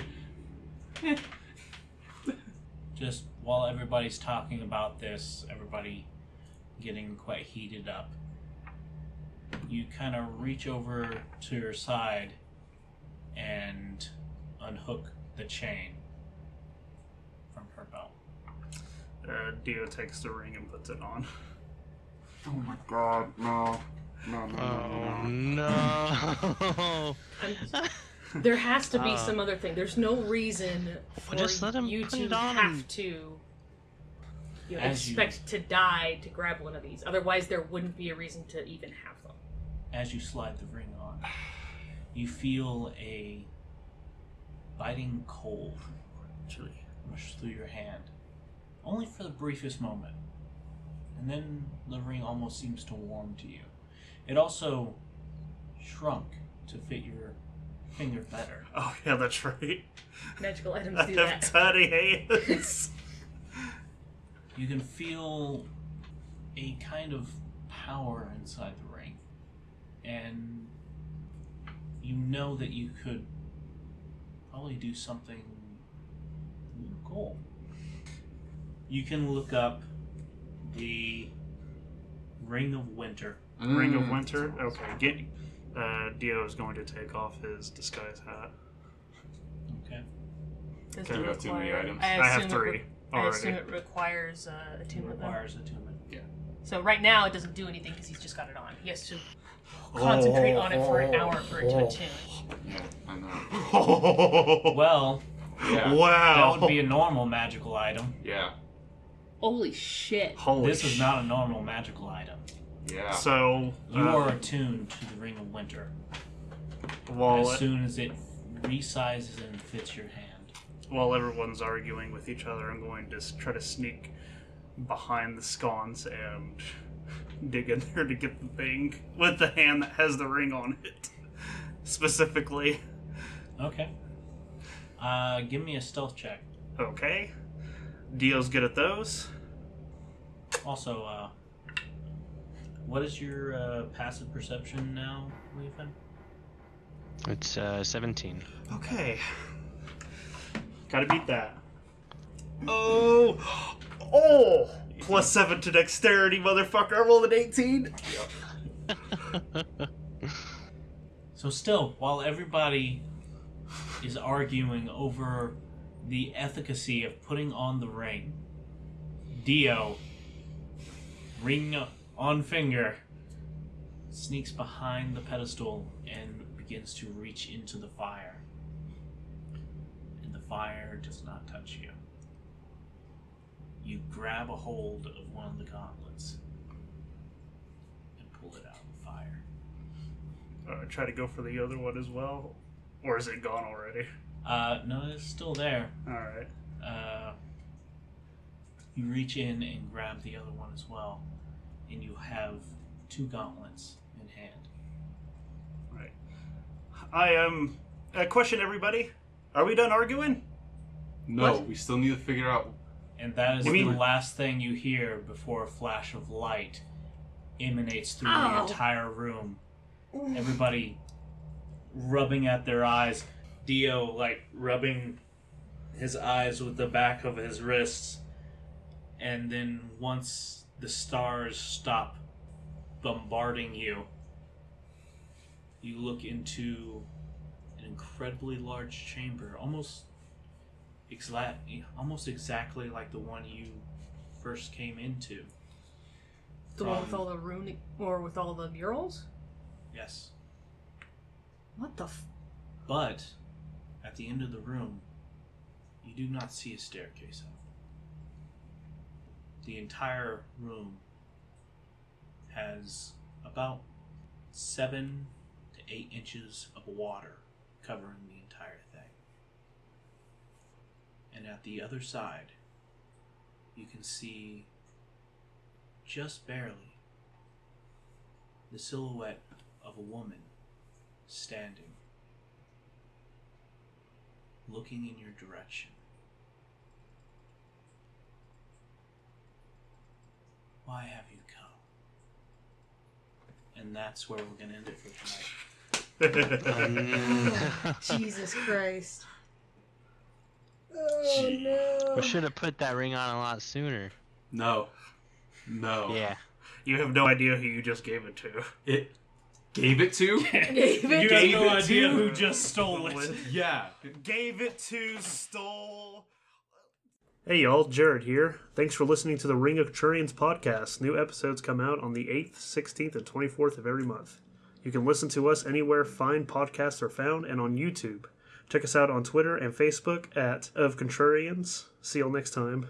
Just while everybody's talking about this, everybody getting quite heated up, you kind of reach over to her side and unhook the chain from her belt. Uh, Dio takes the ring and puts it on. oh my god, no. No, no, Oh no! I'm- there has to be Uh. some other thing. There's no reason for just let him you put to it on. have to you know, As you- expect to die to grab one of these. Otherwise, there wouldn't be a reason to even have them. as you slide the ring on, you feel a biting cold rush through your hand, only for the briefest moment. And then the ring almost seems to warm to you. It also shrunk to fit your finger better. Oh, yeah, that's right. Magical items I do have that. tiny hands. You can feel a kind of power inside the ring. And you know that you could probably do something cool. You can look up the Ring of Winter. ring Mm. Mm. of Winter? Okay. Get, uh, Dio is going to take off his disguise hat. Okay. Does Can it we have too many require- items? I have assume it re- three I assume already. it requires uh, It attunement. though. requires attunement. So right now it doesn't do anything because he's just got it on. He has to concentrate on it for an hour for it to attune. Yeah, I know. Well, Yeah. Wow. that would be a normal magical item. Yeah. Holy shit. Holy This is not a normal magical item. Yeah. So You uh, are attuned to the Ring of Winter. while as soon as it resizes and fits your hand. while everyone's arguing with each other, I'm going to s- try to sneak behind the sconce and dig in there to get the thing with the hand that has the ring on it. Specifically, Okay. Uh, give me a stealth check. okay. Dio's good at those. Also, uh, what is your uh, passive perception now, Leafin? It's uh, 17. Okay. Gotta beat that. Oh, oh! Plus seven to dexterity, motherfucker. I rolled an eighteen. So, still, while everybody is arguing over the efficacy of putting on the ring, Dio, ring on finger, sneaks behind the pedestal and begins to reach into the fire. And the fire does not touch you. You grab a hold of one of the gauntlets and pull it out of the fire. Uh, try to go for the other one as well, or is it gone already? Uh, no, it's still there. All right. Uh, you reach in and grab the other one as well, and you have two gauntlets in hand. Right. I um uh, question everybody. Are we done arguing? No, we still need to figure out. And that is You the mean- last thing you hear before a flash of light emanates through the Ow. entire room. Everybody rubbing at their eyes. Dio, like, rubbing his eyes with the back of his wrists. And then once the stars stop bombarding you, you look into an incredibly large chamber, almost exactly, almost exactly like the one you first came into. The one with From- all the runic, or with all the murals? Yes, What the f- but at the end of the room, you do not see a staircase up. The entire room has about seven to eight inches of water covering the entire thing. And at the other side, you can see just barely the silhouette of a woman standing, looking in your direction. Why have you come? And that's where we're going to end it for tonight. Jesus Christ? We should have put that ring on a lot sooner. No. No. Yeah. you have no idea who you just gave it to. It gave it to? Gave it You to- have Gave no it idea to- who just stole it. yeah. gave it to, stole. Hey y'all, Jared here. Thanks for listening to the Ring of Turians podcast. New episodes come out on the 8th, 16th, and 24th of every month. You can listen to us anywhere fine podcasts are found and on YouTube. Check us out on Twitter and Facebook at Of Contrarians. See y'all next time.